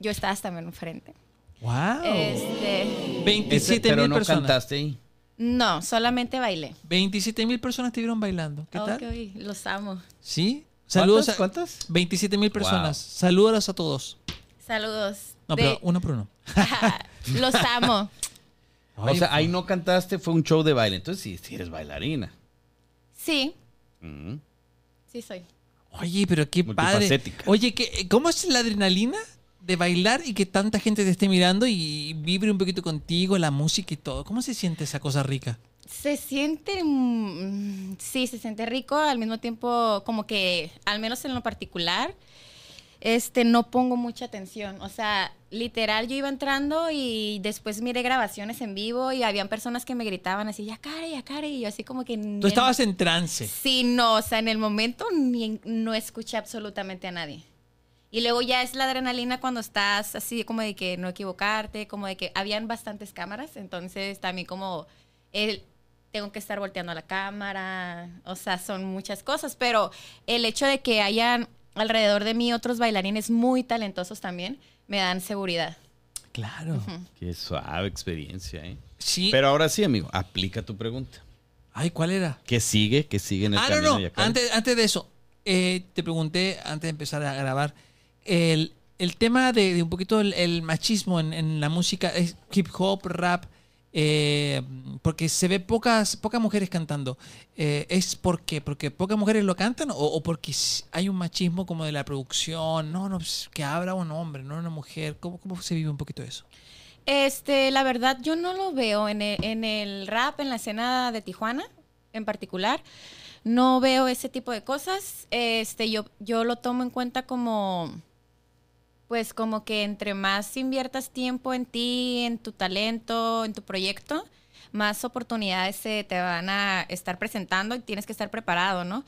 Speaker 3: Yo estaba hasta enfrente.
Speaker 4: ¡Wow!
Speaker 3: Este,
Speaker 1: Ese-
Speaker 4: 27
Speaker 1: pero
Speaker 4: mil
Speaker 1: no
Speaker 4: Eh, personas.
Speaker 1: cantaste ahí.
Speaker 3: no, solamente bailé.
Speaker 4: 27 mil personas te vieron bailando. ¿Qué tal?
Speaker 3: Ok, los amo.
Speaker 4: ¿Sí? Saludos a
Speaker 1: ¿Cuántas?
Speaker 4: 27 mil personas. Saludos a todos.
Speaker 3: Saludos.
Speaker 4: No,
Speaker 3: De-
Speaker 4: pero uno por uno.
Speaker 3: los amo.
Speaker 1: O sea, ahí no cantaste, fue un show de baile. Entonces sí, sí eres bailarina.
Speaker 3: Sí,
Speaker 1: Mm.
Speaker 3: sí soy.
Speaker 4: Oye, pero qué padre.
Speaker 1: Multifacética.
Speaker 4: Oye, ¿qué, ¿cómo es la adrenalina de bailar y que tanta gente te esté mirando y vibre un poquito contigo, la música y todo? ¿Cómo se siente esa cosa rica?
Speaker 3: Se siente, mm, sí, se siente rico, al mismo tiempo como que, al menos en lo particular, este, no pongo mucha atención. O sea, literal, yo iba entrando y después miré grabaciones en vivo y habían personas que me gritaban así, ya care, ya care, y yo así como que...
Speaker 4: Tú estabas en trance.
Speaker 3: Sí, no, o sea, en el momento ni en- no escuché absolutamente a nadie. Y luego ya es la adrenalina cuando estás así como de que no equivocarte, como de que habían bastantes cámaras, entonces también como el, tengo que estar volteando a la cámara, o sea, son muchas cosas, pero el hecho de que hayan alrededor de mí otros bailarines muy talentosos también me dan seguridad.
Speaker 4: Claro.
Speaker 1: Qué suave experiencia, ¿eh?
Speaker 4: Sí.
Speaker 1: Pero ahora sí, amigo, aplica tu pregunta.
Speaker 4: Ay, ¿cuál era?
Speaker 1: ¿Qué sigue? ¿Qué sigue en el
Speaker 4: Ah, no,
Speaker 1: camino?
Speaker 4: no.
Speaker 1: Yacar?
Speaker 4: Antes, antes de eso, eh, te pregunté, antes de empezar a grabar, el, el tema de, de un poquito el, el machismo en, en la música, es hip hop, rap, eh, porque se ve pocas, pocas mujeres cantando. Eh, ¿Es por qué? ¿Porque pocas mujeres lo cantan o, o porque s- hay un machismo como de la producción? No, no, pues, que habla un hombre, no una mujer. ¿Cómo, cómo se vive un poquito eso?
Speaker 3: Este, la verdad, yo no lo veo en el, en el rap, en la escena de Tijuana, en particular. No veo ese tipo de cosas. Este, yo, yo lo tomo en cuenta como, pues, como que entre más inviertas tiempo en ti, en tu talento, en tu proyecto, más oportunidades se te van a estar presentando y tienes que estar preparado, ¿no?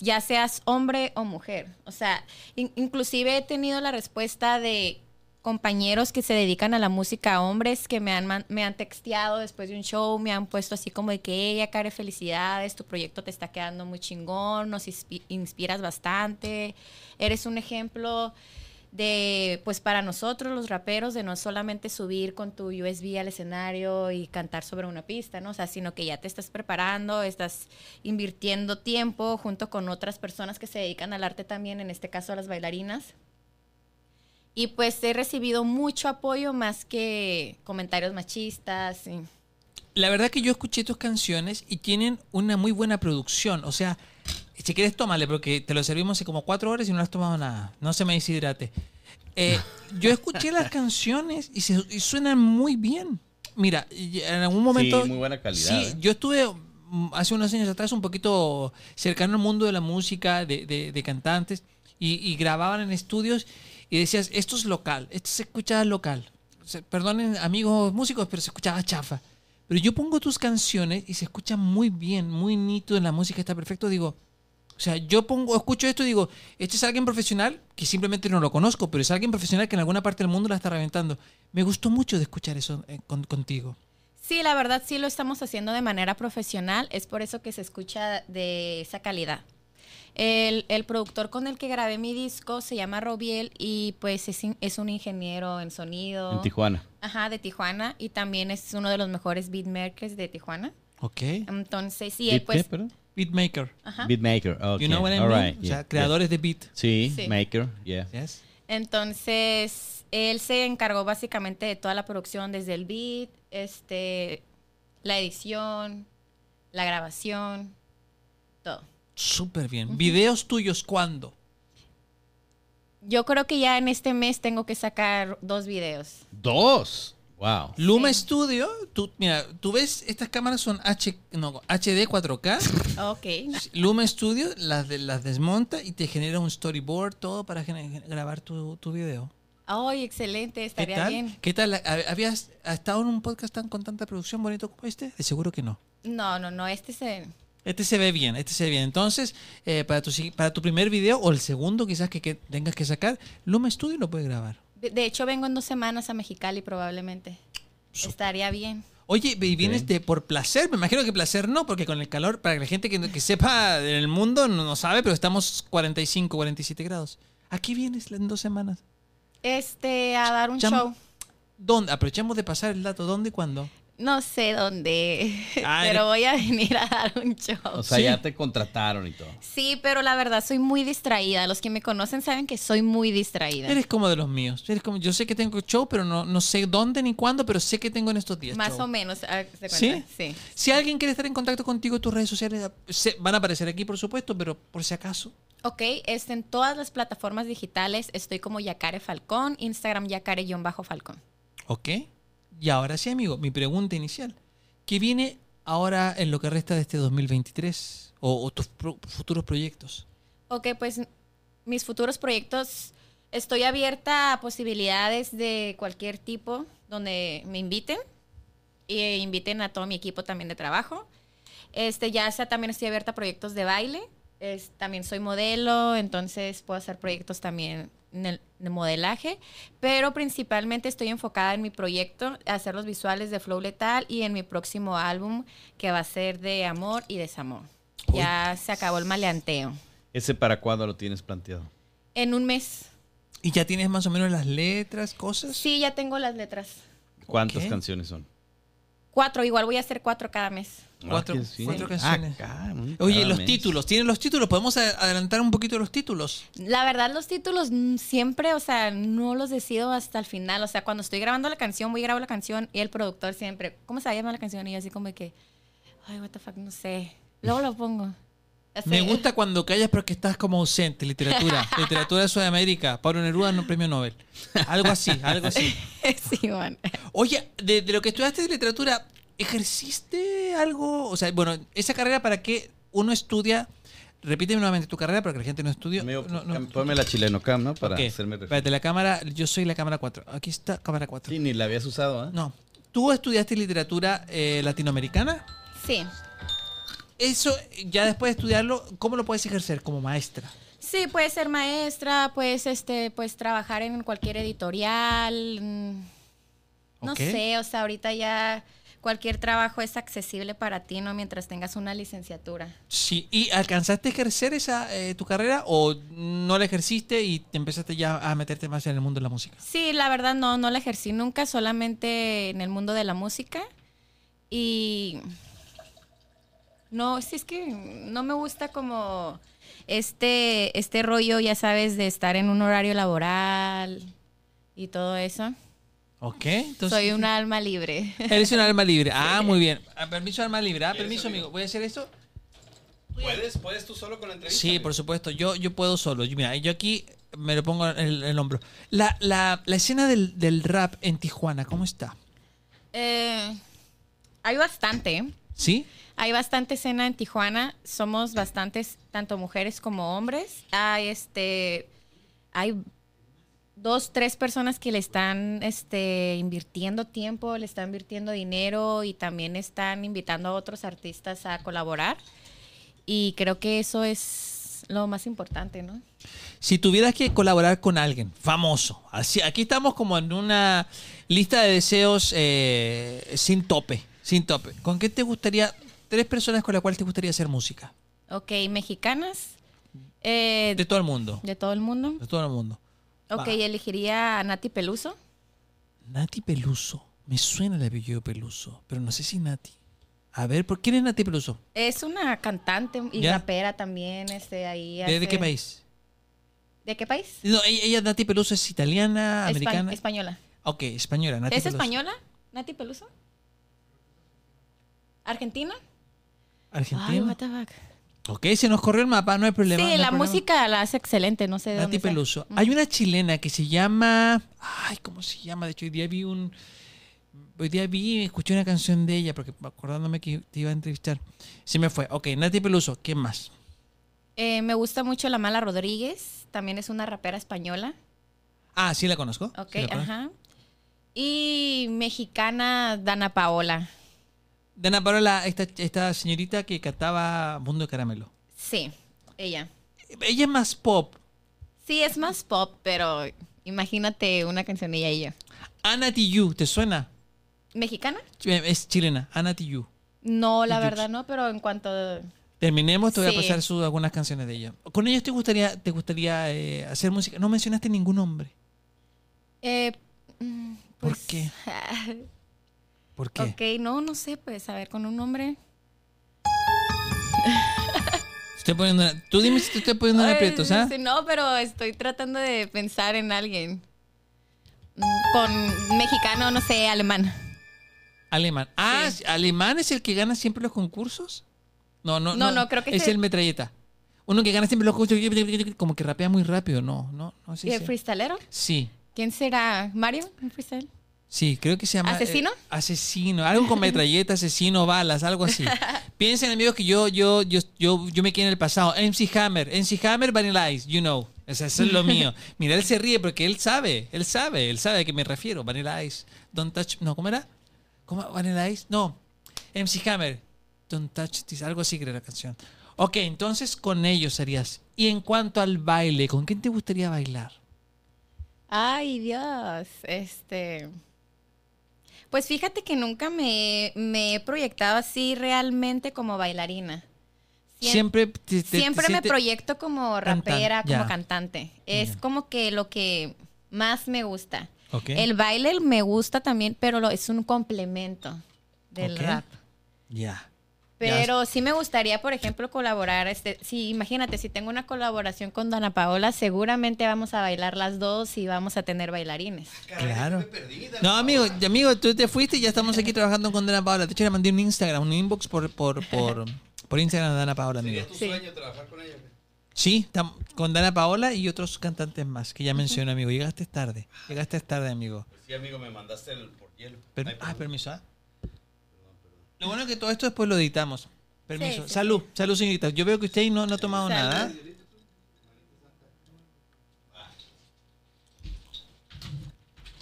Speaker 3: Ya seas hombre o mujer. O sea, in- inclusive he tenido la respuesta de compañeros que se dedican a la música, hombres que me han, man- me han texteado después de un show, me han puesto así como de que ella, Care, felicidades, tu proyecto te está quedando muy chingón, nos inspi- inspiras bastante, eres un ejemplo de, pues para nosotros los raperos, de no solamente subir con tu USB al escenario y cantar sobre una pista, ¿no? O sea, sino que ya te estás preparando, estás invirtiendo tiempo junto con otras personas que se dedican al arte también, en este caso a las bailarinas. Y pues he recibido mucho apoyo más que comentarios machistas. y-
Speaker 4: La verdad que yo escuché tus canciones y tienen una muy buena producción. O sea, si quieres, tómale, porque te lo servimos hace como cuatro horas y no has tomado nada. No se me deshidrate. Eh, yo escuché las canciones y, se- y suenan muy bien. Mira, y en algún momento.
Speaker 1: muy buena calidad,
Speaker 4: Sí,
Speaker 1: ¿eh?
Speaker 4: yo estuve mm, hace unos años atrás un poquito cercano al mundo de la música, de, de- de cantantes, y, y grababan en estudios y decías, esto es local, esto se escuchaba local. Se- perdonen amigos músicos, pero se escuchaba chafa. Pero yo pongo tus canciones y se escucha muy bien, muy nítido, en la música está perfecto, digo... O sea, yo pongo, escucho esto y digo, este es alguien profesional que simplemente no lo conozco, pero es alguien profesional que en alguna parte del mundo la está reventando. Me gustó mucho de escuchar eso eh, con- contigo.
Speaker 3: Sí, la verdad sí lo estamos haciendo de manera profesional, es por eso que se escucha de esa calidad. El, el productor con el que grabé mi disco se llama Robiel y pues es, in- es un ingeniero en sonido.
Speaker 1: En Tijuana.
Speaker 3: Ajá, de Tijuana y también es uno de los mejores beatmakers de Tijuana.
Speaker 4: Ok.
Speaker 3: Entonces, y
Speaker 1: ¿Beat
Speaker 3: él
Speaker 1: qué,
Speaker 3: pues...
Speaker 1: perdón?
Speaker 4: Beatmaker.
Speaker 3: ajá.
Speaker 1: Beatmaker. ok,
Speaker 4: You know what I
Speaker 1: all
Speaker 4: mean?
Speaker 1: right,
Speaker 4: o
Speaker 1: yeah,
Speaker 4: sea,
Speaker 1: yeah.
Speaker 4: creadores de beat.
Speaker 1: Sí,
Speaker 3: Sí.
Speaker 1: maker, yeah.
Speaker 4: Yes.
Speaker 3: Entonces, él se encargó básicamente de toda la producción, desde el beat, este, la edición, la grabación, todo.
Speaker 4: Súper bien. ¿Videos tuyos cuándo?
Speaker 3: Yo creo que ya en este mes tengo que sacar dos videos.
Speaker 1: Dos. Wow.
Speaker 4: Luma Studio, tú, mira, tú ves, estas cámaras son H, no, HD 4K.
Speaker 3: Ok.
Speaker 4: Luma Studio las, de- las desmonta y te genera un storyboard, todo para gener- grabar tu, tu video.
Speaker 3: Ay, excelente,
Speaker 4: ¿Qué
Speaker 3: estaría
Speaker 4: tal?
Speaker 3: bien.
Speaker 4: ¿Qué tal? ¿Hab- ¿Habías estado en un podcast tan con tanta producción bonito como este? De seguro que no.
Speaker 3: No, no, no, este se...
Speaker 4: Este se ve bien, este se ve bien. Entonces, eh, para, tu, si- para tu primer video o el segundo quizás que, que tengas que sacar, Luma Studio lo puede grabar.
Speaker 3: De, de hecho, vengo en dos semanas a Mexicali probablemente. Estaría bien.
Speaker 4: Oye, ¿y vienes de por placer? Me imagino que placer no, porque con el calor, para la gente que, no- que sepa del mundo, no, no sabe, pero estamos 45, 47 grados. Aquí vienes en dos semanas.
Speaker 3: Este, a dar un
Speaker 4: Cham-
Speaker 3: show.
Speaker 4: ¿Dónde? Aprovechamos de pasar el dato. ¿Dónde y cuándo?
Speaker 3: No sé dónde,
Speaker 4: Ah, eres-
Speaker 3: pero voy a venir a dar un show.
Speaker 1: O sea,
Speaker 4: Sí.
Speaker 1: ya te contrataron y todo.
Speaker 3: Sí, pero la verdad soy muy distraída. Los que me conocen saben que soy muy distraída.
Speaker 4: Eres como de los míos. Eres como, yo sé que tengo show, pero no, no sé dónde ni cuándo, pero sé que tengo en estos días.
Speaker 3: Más
Speaker 4: show.
Speaker 3: o menos. ah, ¿se
Speaker 4: ¿Sí?
Speaker 3: cuenta? Sí.
Speaker 4: Si alguien quiere estar en contacto contigo, tus redes sociales se- van a aparecer aquí, por supuesto, pero por si acaso.
Speaker 3: Ok, este, en todas las plataformas digitales estoy como Yacare Falcón, Instagram Yacare-Falcón.
Speaker 4: ¿Ok? Y ahora sí, amigo, mi pregunta inicial. ¿Qué viene ahora en lo que resta de este 2023? ¿O, o tus pro- futuros proyectos?
Speaker 3: Ok, pues mis futuros proyectos, estoy abierta a posibilidades de cualquier tipo donde me inviten e inviten a todo mi equipo también de trabajo. Este, ya sea también estoy abierta a proyectos de baile, es, también soy modelo, entonces puedo hacer proyectos también en el- de modelaje, pero principalmente estoy enfocada en mi proyecto, hacer los visuales de Flow Letal y en mi próximo álbum que va a ser de amor y desamor. Ya se acabó el maleanteo.
Speaker 1: ¿Ese para cuándo lo tienes planteado?
Speaker 3: En un mes.
Speaker 4: ¿Y ya tienes más o menos las letras, cosas?
Speaker 3: Sí, ya tengo las letras.
Speaker 1: ¿Cuántas
Speaker 4: Ok.
Speaker 1: canciones son?
Speaker 3: Cuatro, igual voy a hacer cuatro cada mes.
Speaker 4: Cuatro,
Speaker 1: Ah, que sí.
Speaker 4: cuatro
Speaker 1: Ah,
Speaker 4: canciones.
Speaker 1: cabrón,
Speaker 4: Oye,
Speaker 1: cada
Speaker 4: los
Speaker 1: mes.
Speaker 4: títulos. ¿Tienen los títulos? ¿Podemos a- adelantar un poquito los títulos?
Speaker 3: La verdad, los títulos mm, siempre, o sea, no los decido hasta el final. O sea, cuando estoy grabando la canción, voy y grabo la canción y el productor siempre, ¿cómo se llama la canción? Y yo así como que, ay, what the fuck, no sé. Luego lo pongo. Así.
Speaker 4: Me gusta cuando callas porque estás como ausente. Literatura. Literatura de Sudamérica. Pablo Neruda, no premio Nobel. Algo así, algo así.
Speaker 3: sí, bueno.
Speaker 4: Oye, de, de lo que estudiaste de literatura, ¿ejerciste algo? O sea, bueno, esa carrera para qué uno estudia. Repíteme nuevamente tu carrera para que la gente no estudie.
Speaker 1: Amigo,
Speaker 4: no, no.
Speaker 1: cam- ponme la chilenocam, ¿no? Para
Speaker 4: Ok,
Speaker 1: hacerme referencia.
Speaker 4: espérate, la cámara, yo soy la cámara 4. Aquí está cámara 4.
Speaker 1: Sí, ni la habías usado, ¿ah?
Speaker 4: No. ¿Tú estudiaste literatura eh, latinoamericana?
Speaker 3: Sí.
Speaker 4: Eso, ya después de estudiarlo, ¿cómo lo puedes ejercer como maestra?
Speaker 3: Sí, puedes ser maestra, puedes este, pues trabajar en cualquier editorial. mm, No
Speaker 4: Ok.
Speaker 3: sé, o sea, ahorita ya cualquier trabajo es accesible para ti, ¿no? Mientras tengas una licenciatura.
Speaker 4: Sí, ¿y alcanzaste a ejercer esa eh, tu carrera o no la ejerciste y te empezaste ya a meterte más en el mundo de la música?
Speaker 3: Sí, la verdad no, no la ejercí nunca, solamente en el mundo de la música. Y no, sí es que no me gusta como este, este rollo, ya sabes, de estar en un horario laboral y todo eso.
Speaker 4: Ok, entonces...
Speaker 3: Soy un alma libre.
Speaker 4: Eres un alma libre. Ah, muy bien. Ah, Permiso, alma libre. Ah, permiso, amigo. ¿Voy a hacer esto?
Speaker 1: ¿Puedes, ¿Puedes tú solo con la entrevista?
Speaker 4: Sí, por supuesto. Yo, yo puedo solo. Yo, mira, yo aquí me lo pongo en el, en el hombro. La, la- la escena del, del rap en Tijuana, ¿cómo está?
Speaker 3: Eh, hay bastante, ¿eh?
Speaker 4: ¿Sí?
Speaker 3: Hay bastante escena en Tijuana. Somos bastantes, tanto mujeres como hombres. Hay este. Hay dos, tres personas que le están este, invirtiendo tiempo, le están invirtiendo dinero y también están invitando a otros artistas a colaborar. Y creo que eso es lo más importante, ¿no?
Speaker 4: Si tuvieras que colaborar con alguien famoso, así, aquí estamos como en una lista de deseos eh, sin tope, sin tope. ¿Con qué te gustaría, tres personas con las cuales te gustaría hacer música?
Speaker 3: Ok, mexicanas. eh,
Speaker 4: De todo el mundo.
Speaker 3: de todo el mundo.
Speaker 4: De todo el mundo.
Speaker 3: Ok,
Speaker 4: Va.
Speaker 3: elegiría a Nati Peluso.
Speaker 4: Nati Peluso. Me suena el apellido Peluso, pero no sé si Nati. A ver, ¿por quién es Nati Peluso?
Speaker 3: Es una cantante y
Speaker 4: Ya.
Speaker 3: rapera también, este, ahí.
Speaker 4: ¿De, de
Speaker 3: hace-
Speaker 4: qué país?
Speaker 3: ¿De qué país?
Speaker 4: No, ella, ella, Nati Peluso, es italiana,
Speaker 3: Espa-
Speaker 4: Ah, americana.
Speaker 3: española.
Speaker 4: ok, española. Nati
Speaker 3: ¿Es
Speaker 4: Peluso.
Speaker 3: española? ¿Nati Peluso? ¿Argentina? Ay,
Speaker 4: Argentina.
Speaker 3: what the fuck.
Speaker 4: ok, se nos corrió el mapa, no hay problema. no
Speaker 3: sí,
Speaker 4: hay
Speaker 3: la
Speaker 4: problema.
Speaker 3: música la hace excelente, no sé de
Speaker 4: Nati
Speaker 3: dónde sea.
Speaker 4: Peluso.
Speaker 3: Mm.
Speaker 4: Hay una chilena que se llama. Ay, ¿cómo se llama? De hecho, hoy día vi un. Hoy día vi, escuché una canción de ella, porque acordándome que te iba a entrevistar. Se me fue. Ok, Nati Peluso, ¿qué más?
Speaker 3: Eh, me gusta mucho La Mala Rodríguez, también es una rapera española.
Speaker 4: Ah, sí la conozco. sí
Speaker 3: Ok,
Speaker 4: la conozco.
Speaker 3: ajá. Y mexicana Dana Paola.
Speaker 4: Dana Parola, esta, esta señorita que cantaba Mundo de Caramelo.
Speaker 3: Sí, ella.
Speaker 4: Ella es más pop.
Speaker 3: Sí, es más pop, pero imagínate una canción ella y yo.
Speaker 4: Ana Tijoux, ¿te suena?
Speaker 3: ¿Mexicana?
Speaker 4: Ch- eh, Es chilena, Ana Tijoux.
Speaker 3: No, la
Speaker 4: Yo-
Speaker 3: verdad no, pero en cuanto...
Speaker 4: Terminemos, te voy
Speaker 3: Sí.
Speaker 4: a pasar su- algunas canciones de ella. ¿Con ellos te gustaría, te gustaría eh, hacer música? No mencionaste ningún nombre.
Speaker 3: eh, mm,
Speaker 4: ¿Por
Speaker 3: pues-
Speaker 4: qué? ¿Por qué?
Speaker 3: Ok, no, no sé, pues, a ver, con un nombre.
Speaker 4: Estoy poniendo, tú dime si te estoy poniendo en
Speaker 3: Ay,
Speaker 4: aprietos, ¿ah?
Speaker 3: sí, No, pero estoy tratando de pensar en alguien. Mm, Con mexicano, no sé, alemán.
Speaker 4: Alemán. Ah, ¿alemán es el que gana siempre los concursos? No, no,
Speaker 3: No, no, creo que
Speaker 4: es
Speaker 3: ese-
Speaker 4: el metralleta. Uno que gana siempre los concursos, como que rapea muy rápido. No, no, no, sí.
Speaker 3: ¿Y el
Speaker 4: sí.
Speaker 3: freestalero?
Speaker 4: Sí,
Speaker 3: ¿Quién será? ¿Mario? ¿Un freestyle?
Speaker 4: sí, creo que se llama. eh,
Speaker 3: ¿Asesino?
Speaker 4: asesino, algo con metralleta, asesino, balas, algo así. Piensen, amigos, que yo, yo, yo, yo, yo me quedé en el pasado. MC Hammer, MC Hammer, Vanilla Ice, you know. O sea, eso es lo mío. Mira, él se ríe porque él sabe, él sabe, él sabe a qué me refiero. Vanilla Ice, don't touch. No, ¿cómo era? ¿Cómo? ¿Vanilla Ice? No. MC Hammer, don't touch this. Algo así que era la canción. Ok, entonces con ellos harías. Y en cuanto al baile, ¿con quién te gustaría bailar?
Speaker 3: Ay, Dios. Este. Pues fíjate que nunca me, me he proyectado así realmente como bailarina. Siem-
Speaker 4: Siempre, te- te- te
Speaker 3: Siempre me
Speaker 4: sientes-
Speaker 3: proyecto como
Speaker 4: Cantan-
Speaker 3: rapera,
Speaker 4: ya.
Speaker 3: como cantante. Es
Speaker 4: Ya.
Speaker 3: como que lo que más me gusta.
Speaker 4: Ok.
Speaker 3: El baile me gusta también, pero lo- es un complemento del
Speaker 4: Ok.
Speaker 3: rap.
Speaker 4: Ya.
Speaker 3: Pero sí me gustaría, por ejemplo, colaborar. Este, sí, imagínate, si tengo una colaboración con Dana Paola, seguramente vamos a bailar las dos y vamos a tener bailarines.
Speaker 4: Claro. No, amigo, y amigo, tú te fuiste y ya estamos aquí trabajando con Dana Paola. De hecho, le mandé un Instagram, un inbox por, por, por, por Instagram a Dana Paola, amigo.
Speaker 1: tu
Speaker 3: Sí.
Speaker 1: sueño trabajar con ella?
Speaker 4: Sí, tam- con Dana Paola y otros cantantes más que ya mencioné, amigo. Llegaste tarde, llegaste tarde, amigo.
Speaker 1: Pues Sí, amigo, me mandaste el por hielo.
Speaker 4: Per- ah, permiso, ¿ah? Lo bueno es que todo esto después lo editamos. Permiso.
Speaker 3: Sí, sí,
Speaker 4: salud, salud, señorita. Yo veo que usted ahí no, no ha tomado
Speaker 3: Salud.
Speaker 4: nada.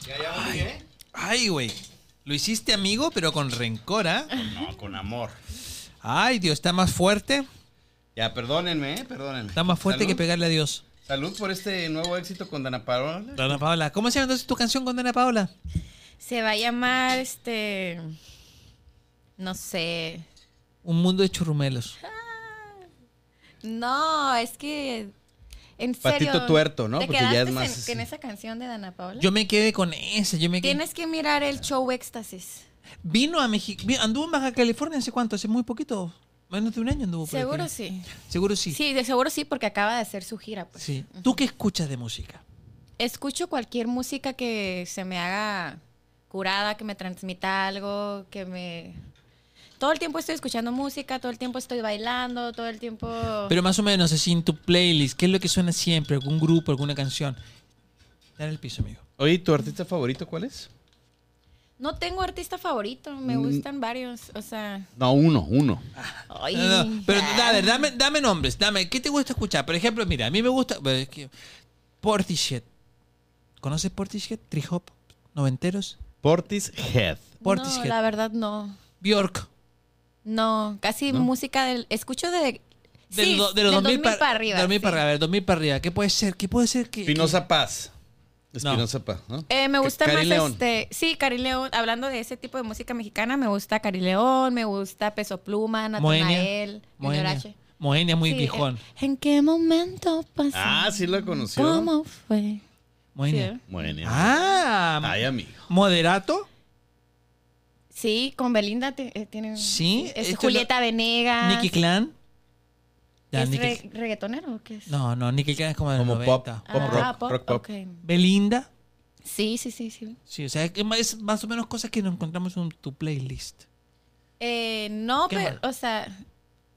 Speaker 1: ¿Ya, ya volví, eh?
Speaker 4: Ay, güey. Lo hiciste, amigo, pero con rencor, ¿ah?
Speaker 1: No, con amor.
Speaker 4: Ay, Dios, está más fuerte.
Speaker 1: Ya, perdónenme, eh, perdónenme.
Speaker 4: Está más fuerte
Speaker 1: Salud.
Speaker 4: que pegarle a Dios.
Speaker 1: Salud por este nuevo éxito con Dana Paola.
Speaker 4: Dana Paola. ¿Cómo se llama entonces tu canción con Dana Paola?
Speaker 3: Se va a llamar, este, no sé.
Speaker 4: Un mundo de churrumelos.
Speaker 3: No, es que, en
Speaker 1: Patito
Speaker 3: serio.
Speaker 1: tuerto, ¿no?
Speaker 3: ¿Te
Speaker 1: Porque ya es
Speaker 3: quedaste en-
Speaker 1: más-
Speaker 3: en, esa canción de Dana Paola?
Speaker 4: Yo Ah. me quedé con esa. Yo me quedé-
Speaker 3: Tienes que mirar el show Éxtasis.
Speaker 4: Vino a México. Anduvo en Baja California hace cuánto? Hace muy poquito. Menos de un año anduvo. Oh, por
Speaker 3: Seguro
Speaker 4: aquí.
Speaker 3: sí.
Speaker 4: Seguro sí.
Speaker 3: Sí, de seguro sí, porque acaba de hacer su gira. Pues.
Speaker 4: Sí. ¿Tú qué escuchas de música?
Speaker 3: Escucho cualquier música que se me haga curada, que me transmita algo, que me... Todo el tiempo estoy escuchando música, todo el tiempo estoy bailando, todo el tiempo...
Speaker 4: Pero más o menos, así en tu playlist, ¿qué es lo que suena siempre? ¿Algún grupo, alguna canción? Dale el piso, amigo.
Speaker 1: Oye, ¿tu artista favorito cuál es?
Speaker 3: No tengo artista favorito, me gustan varios, o sea...
Speaker 1: No, uno, uno.
Speaker 3: Ay,
Speaker 4: Mm. No, no, pero a ver, dame, dame nombres, dame, ¿qué te gusta escuchar? Por ejemplo, mira, a mí me gusta bueno, es que- Portishead. ¿Conoces Portishead? Trihop, noventeros,
Speaker 1: Portis Head.
Speaker 3: no,
Speaker 4: Portishead.
Speaker 3: la verdad no.
Speaker 4: Bjork.
Speaker 3: No, casi música del... Escucho de...
Speaker 4: Del
Speaker 3: sí,
Speaker 4: do- de los
Speaker 3: del
Speaker 4: 2000
Speaker 3: para arriba.
Speaker 4: 2000
Speaker 3: sí.
Speaker 4: para, a ver, 2000 para arriba. ¿Qué puede ser? ¿Qué puede ser? que
Speaker 1: Espinosa Paz.
Speaker 4: No.
Speaker 1: Espinosa Paz, ¿no?
Speaker 3: Eh, me
Speaker 1: Ca-
Speaker 3: gusta
Speaker 1: Cari
Speaker 3: más
Speaker 1: León.
Speaker 3: este. Sí, Cari León. Hablando de ese tipo de música mexicana, me gusta Cari León, me gusta Peso Pluma, Natanael, Junior
Speaker 4: Moenia.
Speaker 3: H.
Speaker 4: Moenia, muy
Speaker 3: Sí,
Speaker 4: viejón.
Speaker 3: eh, ¿En qué momento pasó?
Speaker 1: Ah, sí la conoció.
Speaker 3: ¿Cómo fue?
Speaker 4: Moenia.
Speaker 3: sí.
Speaker 1: Bueno,
Speaker 4: Ah,
Speaker 1: ay, amigo.
Speaker 4: moderato.
Speaker 3: Sí, con Belinda te- eh, tiene.
Speaker 4: Sí, este
Speaker 3: es
Speaker 4: esto
Speaker 3: Julieta Venegas.
Speaker 4: Nicky Clan. Ya,
Speaker 3: Ah, ¿Es
Speaker 4: Nicky-
Speaker 3: re- reggaetonero o qué es?
Speaker 4: No, no, Nicky Clan es como de
Speaker 1: Como
Speaker 4: los
Speaker 1: pop,
Speaker 4: 90.
Speaker 1: pop
Speaker 3: ah,
Speaker 1: rock, rock pop.
Speaker 3: ok.
Speaker 4: Belinda.
Speaker 3: Sí, sí, sí, sí.
Speaker 4: Sí, o sea, es más- es más o menos cosas que nos encontramos en tu playlist.
Speaker 3: Eh, no,
Speaker 4: ¿Qué
Speaker 3: pero,
Speaker 4: más?
Speaker 3: o sea,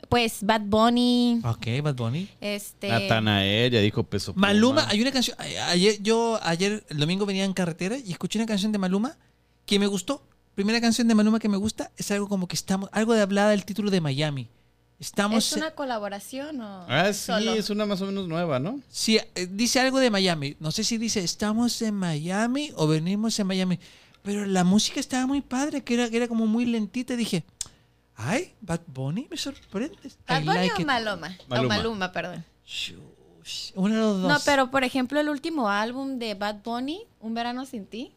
Speaker 3: pues Bad Bunny,
Speaker 4: Ok, Bad Bunny.
Speaker 3: este.
Speaker 1: Natanael, ya dijo peso. Pluma.
Speaker 4: Maluma, hay una canción. a- Ayer, yo, ayer, el domingo venía en carretera y escuché una canción de Maluma que me gustó. Primera canción de Maluma que me gusta es algo como que estamos, algo de hablada del título de Miami. Estamos.
Speaker 3: ¿Es una colaboración o.?
Speaker 1: Ah, sí,
Speaker 3: solo?
Speaker 1: es una más o menos nueva, ¿no?
Speaker 4: Sí, eh, dice algo de Miami. No sé si dice estamos en Miami o venimos en Miami. Pero la música estaba muy padre, que era, que era como muy lentita. Y dije, ay, Bad Bunny, me sorprendes. I
Speaker 3: ¿Bad Bunny
Speaker 4: like
Speaker 3: o
Speaker 4: it".
Speaker 3: Maloma?
Speaker 1: Maluma.
Speaker 3: O Maluma, perdón.
Speaker 4: Shush. Uno de los dos.
Speaker 3: No, pero por ejemplo, el último álbum de Bad Bunny, Un Verano Sin Ti,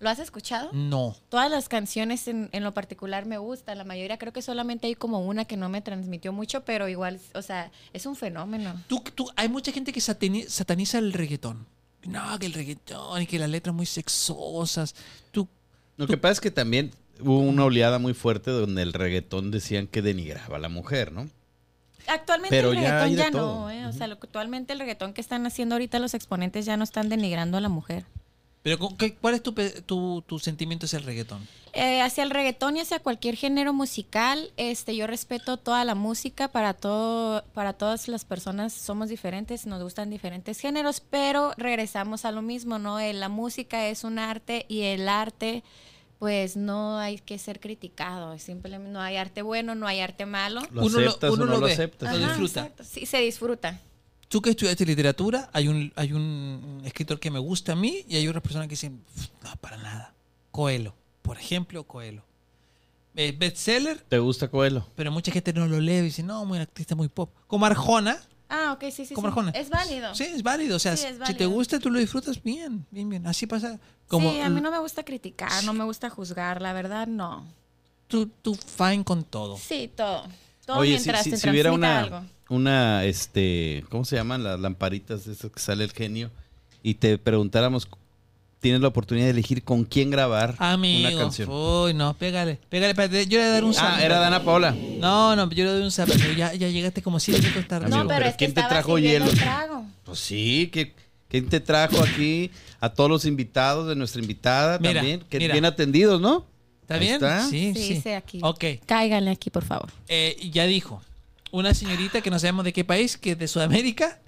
Speaker 3: ¿lo has escuchado?
Speaker 1: Mm.
Speaker 4: No.
Speaker 3: Todas las canciones en, en lo particular me gustan, la mayoría creo que solamente hay como una que no me transmitió mucho, pero igual, o sea, es un fenómeno.
Speaker 4: Tú, tú, hay mucha gente que satani- sataniza el reggaetón. No, que el reggaetón y que las letras muy sexosas. Tú,
Speaker 1: Lo que pasa es que también hubo una oleada muy fuerte donde el reggaetón decían que denigraba a la mujer, ¿no?
Speaker 3: Actualmente
Speaker 1: Pero
Speaker 3: el
Speaker 1: ya hay
Speaker 3: reggaetón
Speaker 1: de
Speaker 3: ya,
Speaker 1: todo.
Speaker 3: no, ¿eh? o sea, lo que- actualmente el reggaetón que están haciendo ahorita los exponentes ya no están denigrando a la mujer.
Speaker 4: pero con- ¿qué- ¿cuál es tu, pe- tu, tu sentimiento hacia el reggaetón?
Speaker 3: Eh, hacia el reggaetón y hacia cualquier género musical, este, yo respeto toda la música para todo, para todas las personas somos diferentes, nos gustan diferentes géneros, pero regresamos a lo mismo, ¿no? Eh, la música es un arte y el arte, pues no hay que ser criticado, simplemente no hay arte bueno, no hay arte malo.
Speaker 1: ¿Lo
Speaker 4: Uno lo-
Speaker 1: aceptas
Speaker 4: uno
Speaker 1: o no
Speaker 4: lo
Speaker 1: lo,
Speaker 4: ve.
Speaker 1: aceptas?
Speaker 4: Ajá. disfruta.
Speaker 3: exacto. Sí, se disfruta.
Speaker 4: Tú que estudiaste literatura, hay un, hay un escritor que me gusta a mí y hay otras personas que dicen, "Pf, no, para nada. Coelho, por ejemplo, Coelho. Eh, bestseller,
Speaker 1: ¿Te gusta Coelho?
Speaker 4: pero mucha gente no lo lee y dice, no, muy artista, muy pop. Como Arjona,
Speaker 3: Ah, ok, sí, sí.
Speaker 4: como
Speaker 3: sí.
Speaker 4: Arjona.
Speaker 3: Es válido.
Speaker 4: Sí, es válido. O sea,
Speaker 3: Sí, es
Speaker 4: si te
Speaker 3: válido.
Speaker 4: gusta, tú lo disfrutas bien, bien, bien. Así pasa. Como
Speaker 3: sí, a mí no me gusta criticar, no me gusta juzgar, la verdad no.
Speaker 4: tú, tú fine con todo.
Speaker 3: Sí, todo. Todo
Speaker 1: Oye, si,
Speaker 3: mientras
Speaker 1: si-
Speaker 3: te
Speaker 1: si hubiera
Speaker 3: transmita
Speaker 1: una,
Speaker 3: algo.
Speaker 1: una, este, ¿cómo se llaman las lamparitas de esas que sale el genio? Y te preguntáramos tienes la oportunidad de elegir con quién grabar
Speaker 4: Amigo.
Speaker 1: una canción.
Speaker 4: Uy, no, pégale. Pégale, espérate. Yo le voy a dar un
Speaker 1: Ah,
Speaker 4: zap.
Speaker 1: era Dana Paola.
Speaker 4: No, no, yo le doy un zap. pero Ya, ya llegaste como siete minutos tarde.
Speaker 1: Amigo,
Speaker 3: No, pero,
Speaker 1: pero
Speaker 3: es que
Speaker 1: ¿quién te
Speaker 3: estaba
Speaker 1: trajo
Speaker 3: sirviendo
Speaker 1: hielo?
Speaker 3: el trago.
Speaker 1: Pues sí, que ¿quién te trajo aquí? A todos los invitados de nuestra invitada
Speaker 4: Mira,
Speaker 1: también, que
Speaker 4: mira.
Speaker 1: bien atendidos, ¿no?
Speaker 4: ¿Está
Speaker 1: Ahí
Speaker 4: bien?
Speaker 1: está.
Speaker 4: Sí,
Speaker 3: Sí,
Speaker 4: sí.
Speaker 3: sí, aquí.
Speaker 4: Ok.
Speaker 3: Cáiganle aquí, por favor.
Speaker 4: Eh, ya dijo. Una señorita que no sabemos de qué país, que es de Sudamérica.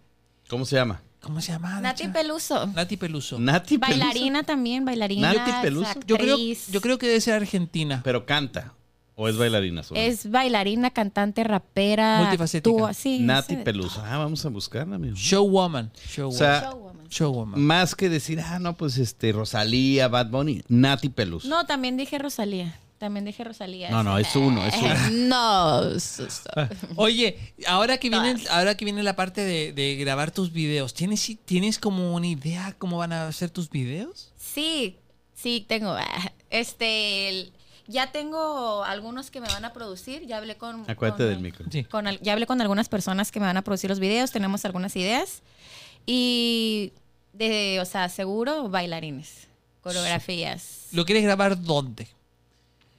Speaker 1: ¿Cómo se llama?
Speaker 4: ¿Cómo se llama?
Speaker 3: Nati
Speaker 4: Nacha?
Speaker 3: Peluso.
Speaker 4: Nati Peluso.
Speaker 1: Nati Ah, Peluso.
Speaker 3: Bailarina también, bailarina.
Speaker 1: Nati Peluso.
Speaker 3: es
Speaker 4: Yo creo,
Speaker 3: actriz.
Speaker 4: yo creo que debe ser argentina.
Speaker 1: Pero canta. ¿O es bailarina? solo?
Speaker 3: Es bailarina, cantante, rapera.
Speaker 4: Multifacética.
Speaker 3: actúa, sí,
Speaker 1: Nati
Speaker 3: hace-
Speaker 1: Peluso. Ah, vamos a buscarla, amigo.
Speaker 4: Showwoman. Showwoman.
Speaker 1: O sea,
Speaker 3: Showwoman.
Speaker 4: Showwoman.
Speaker 1: Más que decir, ah, no, pues este, Rosalía, Bad Bunny, Nati Peluso.
Speaker 3: No, también dije Rosalía. También dije Rosalía.
Speaker 1: No, no, es uno, es uno.
Speaker 3: no. su- su-
Speaker 4: Oye, ahora que viene, ahora que viene la parte de, de grabar tus videos, ¿tienes, ¿tienes como una idea cómo van a ser tus videos?
Speaker 3: Sí, sí, tengo. ah, Este, el- ya tengo algunos que me van a producir. Ya hablé con.
Speaker 1: Acuérdate
Speaker 3: con-
Speaker 1: del micro.
Speaker 4: Sí.
Speaker 3: con al- ya hablé con algunas personas que me van a producir los videos, tenemos algunas ideas. Y de, o sea, seguro bailarines, coreografías.
Speaker 4: ¿Lo quieres grabar dónde?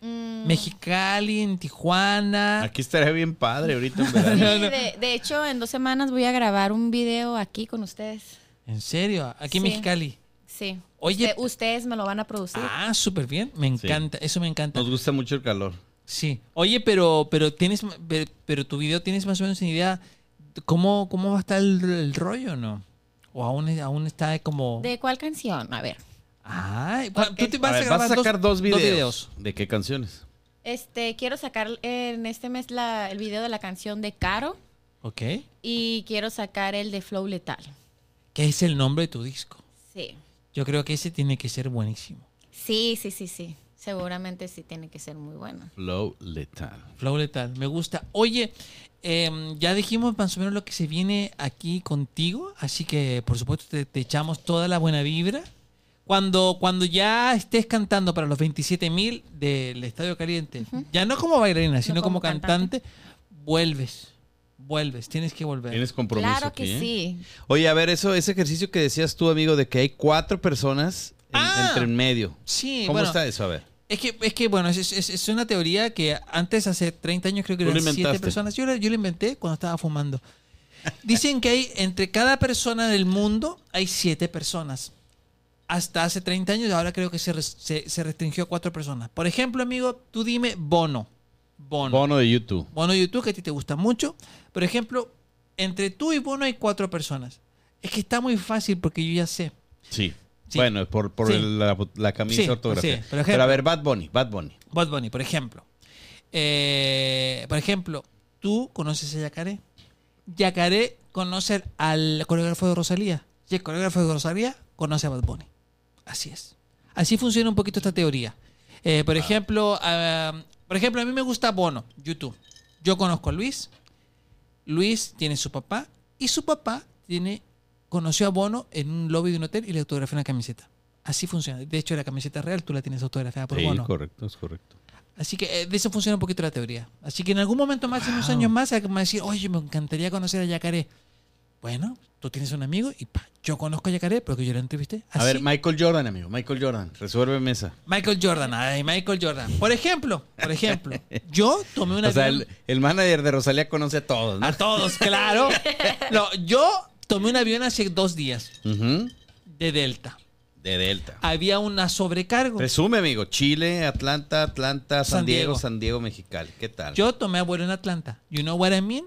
Speaker 3: Mm,
Speaker 4: Mexicali, en Tijuana.
Speaker 1: Aquí estaría bien padre ahorita, en verano.
Speaker 3: sí, de, de hecho, en dos semanas voy a grabar un video aquí con ustedes.
Speaker 4: ¿En serio? Aquí en
Speaker 3: Sí.
Speaker 4: Mexicali.
Speaker 3: Sí.
Speaker 4: Oye,
Speaker 3: Usted- ustedes me lo van a producir.
Speaker 4: Ah, súper bien. Me encanta. Eso me encanta.
Speaker 1: Nos gusta mucho el calor.
Speaker 4: Sí. Oye, pero, pero tienes, pero, pero tu video tienes más o menos una idea de cómo, cómo va a estar el, el rollo, ¿no? O aún, es- aún está como.
Speaker 3: ¿De cuál canción? A ver.
Speaker 4: Ay, cua- tú te
Speaker 1: A
Speaker 4: vas a,
Speaker 1: ver,
Speaker 4: grabar
Speaker 1: vas a sacar dos, videos.
Speaker 4: videos.
Speaker 1: ¿De qué canciones?
Speaker 3: Este, quiero sacar en este mes la- el video de la canción de Caro
Speaker 4: Ok.
Speaker 3: y quiero sacar el de Flow Letal.
Speaker 4: ¿Qué es el nombre de tu disco?
Speaker 3: Sí.
Speaker 4: Yo creo que ese tiene que ser buenísimo.
Speaker 3: Sí, sí, sí, sí. Seguramente sí tiene que ser muy bueno.
Speaker 1: Flow Letal.
Speaker 4: Flow Letal, me gusta. Oye, em, ya dijimos más o menos lo que se viene aquí contigo, así que por supuesto te, te echamos toda la buena vibra. Cuando, cuando ya estés cantando para los 27 mil del Estadio Caliente, ya no como bailarina, sino
Speaker 3: como
Speaker 4: como, cantante,
Speaker 3: cantante.
Speaker 4: vuelves, vuelves, tienes que volver.
Speaker 1: Tienes compromiso
Speaker 3: claro
Speaker 1: aquí,
Speaker 3: que
Speaker 1: ¿eh?
Speaker 3: sí.
Speaker 1: Oye, a ver, eso, ese ejercicio que decías tú, amigo, de que hay cuatro personas en-
Speaker 4: Ah.
Speaker 1: entre en medio.
Speaker 4: Sí,
Speaker 1: ¿Cómo
Speaker 4: bueno,
Speaker 1: está eso? A ver.
Speaker 4: Es que, es que bueno, es, es- es una teoría que antes, hace 30 años, creo que
Speaker 1: Tú lo
Speaker 4: eran 7
Speaker 1: inventaste.
Speaker 4: personas. Yo la, yo la inventé cuando estaba fumando. Dicen que hay entre cada persona del mundo hay 7 personas. Hasta hace 30 años, ahora creo que se, res- se, se restringió a 4 personas. Por ejemplo, amigo, tú dime Bono. Bono. Bono.
Speaker 1: Bono de YouTube.
Speaker 4: YouTube, que a ti te gusta mucho. Por ejemplo, entre tú y Bono hay 4 personas. Es que está muy fácil porque yo ya sé.
Speaker 1: Sí.
Speaker 4: Sí.
Speaker 1: Bueno, por, por
Speaker 4: Sí.
Speaker 1: el- la, la camisa
Speaker 4: Sí,
Speaker 1: ortográfica.
Speaker 4: sí, por ejemplo.
Speaker 1: Pero a ver, Bad Bunny, Bad Bunny.
Speaker 4: Bad Bunny, por ejemplo. Eh, por ejemplo, tú conoces a Yacaré. Yacaré conoce al coreógrafo de Rosalía. Y el coreógrafo de Rosalía conoce a Bad Bunny. Así es. Así funciona un poquito esta teoría. Eh, por ejemplo, ah, por ejemplo, a mí me gusta Bono, YouTube. Yo conozco a Luis. Luis tiene su papá y su papá tiene conoció a Bono en un lobby de un hotel y le autografió una camiseta. Así funciona. De hecho, la camiseta real tú la tienes autografiada por
Speaker 1: Sí,
Speaker 4: Bono.
Speaker 1: correcto, es correcto.
Speaker 4: Así que eh, de eso funciona un poquito la teoría. Así que en algún momento más, en unos años más, alguien me va a decir, oye, me encantaría conocer a Yacaré. Bueno, tú tienes un amigo y pa, yo conozco a Yacaré porque yo lo entrevisté.
Speaker 1: A
Speaker 4: Así-
Speaker 1: ver, Michael Jordan, amigo. Michael Jordan, resuelve mesa.
Speaker 4: Michael Jordan, ay, Michael Jordan. Por ejemplo, por ejemplo, yo tomé una Ah.
Speaker 1: O sea,
Speaker 4: avión-
Speaker 1: el, el manager de Rosalía conoce a todos, ¿no?
Speaker 4: a todos, claro. No, yo tomé un avión hace dos días
Speaker 1: Ujú.
Speaker 4: de Delta.
Speaker 1: De Delta.
Speaker 4: Había una sobrecargo.
Speaker 1: Resume, amigo. Chile, Atlanta, Atlanta, San,
Speaker 4: San
Speaker 1: Diego,
Speaker 4: Diego.
Speaker 1: San Diego, Mexicali. ¿Qué tal?
Speaker 4: Yo tomé abuelo en Atlanta. You know what I mean?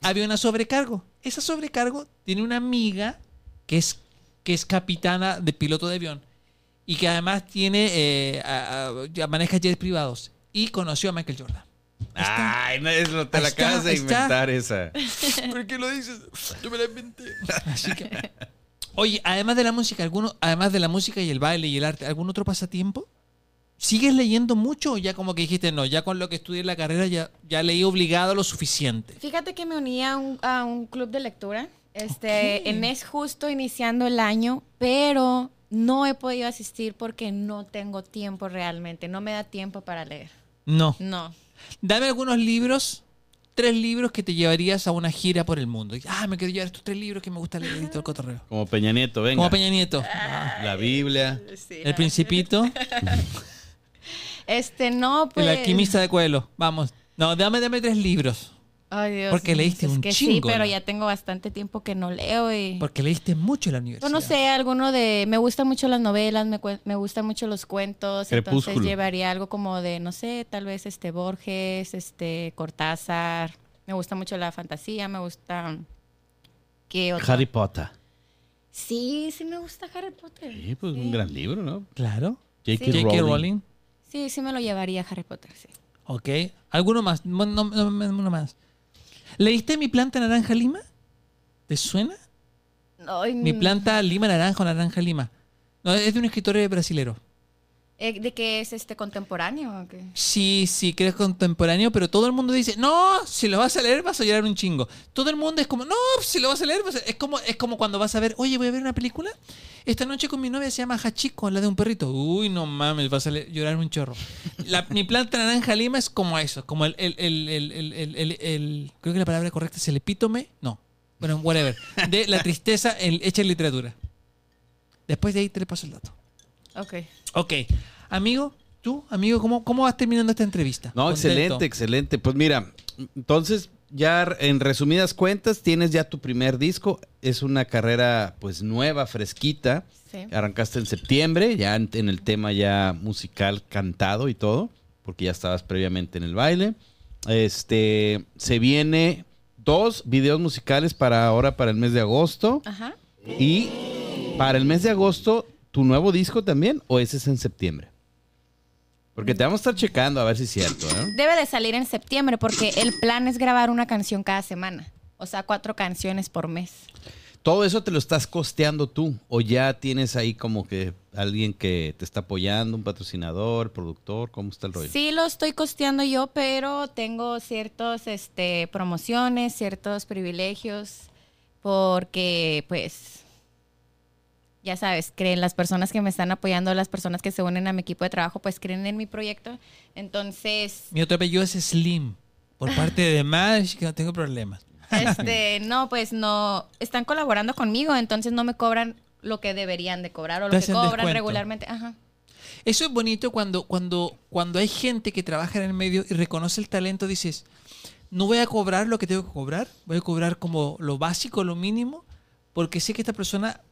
Speaker 4: Había una sobrecargo. Esa sobrecargo tiene una amiga que es, que es capitana de piloto de avión y que además tiene eh, a- a- ya maneja jets privados y conoció a Michael Jordan.
Speaker 1: Ay, no, es lo- te
Speaker 4: Ahí
Speaker 1: la
Speaker 4: está,
Speaker 1: acabas de
Speaker 4: ahí está.
Speaker 1: inventar esa.
Speaker 4: ¿Por qué lo dices? Yo me la inventé. Así que. Oye, además de la música, alguno, además de la música y el baile y el arte, ¿algún otro pasatiempo? ¿Sigues leyendo mucho o ya como que dijiste no? Ya con lo que estudié en la carrera ya, ya leí obligado lo suficiente.
Speaker 3: Fíjate que me uní a un, a un club de lectura. Este, en es justo iniciando el año, pero no he podido asistir porque no tengo tiempo realmente. No me da tiempo para leer.
Speaker 4: No.
Speaker 3: No.
Speaker 4: Dame algunos libros tres libros que te llevarías a una gira por el mundo. Y, ah, me quiero llevar estos tres libros que me gusta leer y todo el cotorreo.
Speaker 1: Como Peña Nieto, venga.
Speaker 4: Como Peña Nieto.
Speaker 3: Ah,
Speaker 1: La Biblia.
Speaker 3: Pues Sí,
Speaker 4: El
Speaker 3: no.
Speaker 4: Principito.
Speaker 3: Este, no, pues.
Speaker 4: El Alquimista de Cuelo. Vamos. No, dame, dame tres libros.
Speaker 3: Ay, Dios
Speaker 4: Porque
Speaker 3: mío,
Speaker 4: leíste
Speaker 3: es
Speaker 4: un
Speaker 3: que
Speaker 4: chingo,
Speaker 3: Sí, pero
Speaker 4: ¿no?
Speaker 3: ya tengo bastante tiempo que no leo y.
Speaker 4: Porque leíste mucho en la
Speaker 3: Yo
Speaker 4: universidad.
Speaker 3: no sé, alguno de. Me gustan mucho las novelas, me, cuen- me gustan mucho los cuentos.
Speaker 1: Crepúsculo.
Speaker 3: Entonces llevaría algo como de, no sé, tal vez este Borges, este Cortázar. Me gusta mucho la fantasía, me gusta. ¿Qué otro?
Speaker 1: Harry Potter.
Speaker 3: Sí, sí me gusta Harry Potter.
Speaker 1: Sí, pues un gran libro, ¿no?
Speaker 4: Claro.
Speaker 1: J.K.
Speaker 3: Sí.
Speaker 4: J.K. Rowling.
Speaker 3: Sí, sí me lo llevaría Harry Potter, sí.
Speaker 4: Ok. ¿Alguno más? No, no, no, uno más. ¿Leíste Mi planta naranja lima? ¿Te suena?
Speaker 3: Ay, mm,
Speaker 4: Mi planta lima naranja o naranja lima. No, es de un escritor brasilero.
Speaker 3: eh, ¿De qué es este contemporáneo? o qué?
Speaker 4: Sí, sí, que es contemporáneo, pero todo el mundo dice, no, si lo vas a leer vas a llorar un chingo. Todo el mundo es como, no, si lo vas a leer vas a-". Es como, es como cuando vas a ver, oye, voy a ver una película. Esta noche con mi novia se llama Hachiko, la de un perrito. Uy, no mames, vas a le- llorar un chorro. La- mi planta naranja lima es como eso, como el, el- el- el- el- el- el- el- creo que la palabra correcta es el epítome, no, bueno, whatever, de la tristeza en- hecha en literatura. Después de ahí te le paso el dato.
Speaker 3: Ok.
Speaker 4: Ok, amigo, tú, amigo, ¿cómo, cómo vas terminando esta entrevista?
Speaker 1: No,
Speaker 4: Contento.
Speaker 1: excelente, excelente. Pues mira, entonces ya r- en resumidas cuentas tienes ya tu primer disco. Es una carrera pues nueva, fresquita.
Speaker 3: Sí.
Speaker 1: Arrancaste en septiembre, ya en, en el tema ya musical cantado y todo, porque ya estabas previamente en el baile. Este, se viene dos videos musicales para ahora, para el mes de agosto.
Speaker 3: Ajá.
Speaker 1: Y para el mes de agosto, ¿tu nuevo disco también o ese es en septiembre? Porque te vamos a estar checando a ver si es cierto, ¿eh?
Speaker 3: Debe de salir en septiembre porque el plan es grabar una canción cada semana. O sea, cuatro canciones por mes.
Speaker 1: ¿Todo eso te lo estás costeando tú? ¿O ya tienes ahí como que alguien que te está apoyando, un patrocinador, productor? ¿Cómo está el rollo?
Speaker 3: Sí lo estoy costeando yo, pero tengo ciertos este, promociones, ciertos privilegios, porque pues, ya sabes, creen las personas que me están apoyando, las personas que se unen a mi equipo de trabajo, pues creen en mi proyecto. Entonces,
Speaker 4: Mi otro apellido es Slim, por parte de Madge, que no tengo problemas.
Speaker 3: este, no, pues no, están colaborando conmigo, entonces no me cobran lo que deberían de cobrar o lo
Speaker 4: Te
Speaker 3: que
Speaker 4: hacen
Speaker 3: cobran
Speaker 4: descuento.
Speaker 3: regularmente. Ajá.
Speaker 4: Eso es bonito cuando, cuando, cuando hay gente que trabaja en el medio y reconoce el talento, dices, no voy a cobrar lo que tengo que cobrar, voy a cobrar como lo básico, lo mínimo, porque sé que esta persona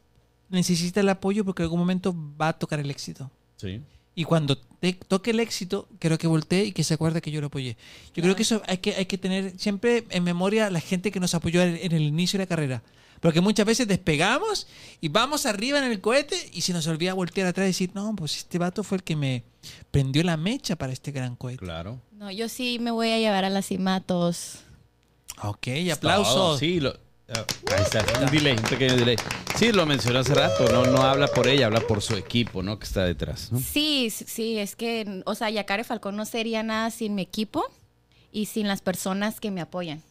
Speaker 4: necesita el apoyo porque en algún momento va a tocar el éxito.
Speaker 1: Sí.
Speaker 4: Y cuando te toque el éxito, quiero que voltee y que se acuerde que yo lo apoyé. Yo creo que eso hay que, hay que tener siempre en memoria a la gente que nos apoyó en, en el inicio de la carrera. Porque muchas veces despegamos y vamos arriba en el cohete y se nos olvida voltear atrás y decir, no, pues este vato fue el que me prendió la mecha para este gran cohete.
Speaker 1: Claro.
Speaker 3: No, yo sí me voy a llevar a la cima a todos.
Speaker 4: Ok, aplausos.
Speaker 1: Pues Todo, sí, lo- ah, ahí está, un delay, un pequeño delay. Sí, lo mencioné hace rato, no, no habla por ella, habla por su equipo, ¿no? Que está detrás, ¿no?
Speaker 3: Sí, s- sí, es que, o sea, Yacare Falcón no sería nada sin mi equipo y sin las personas que me apoyan.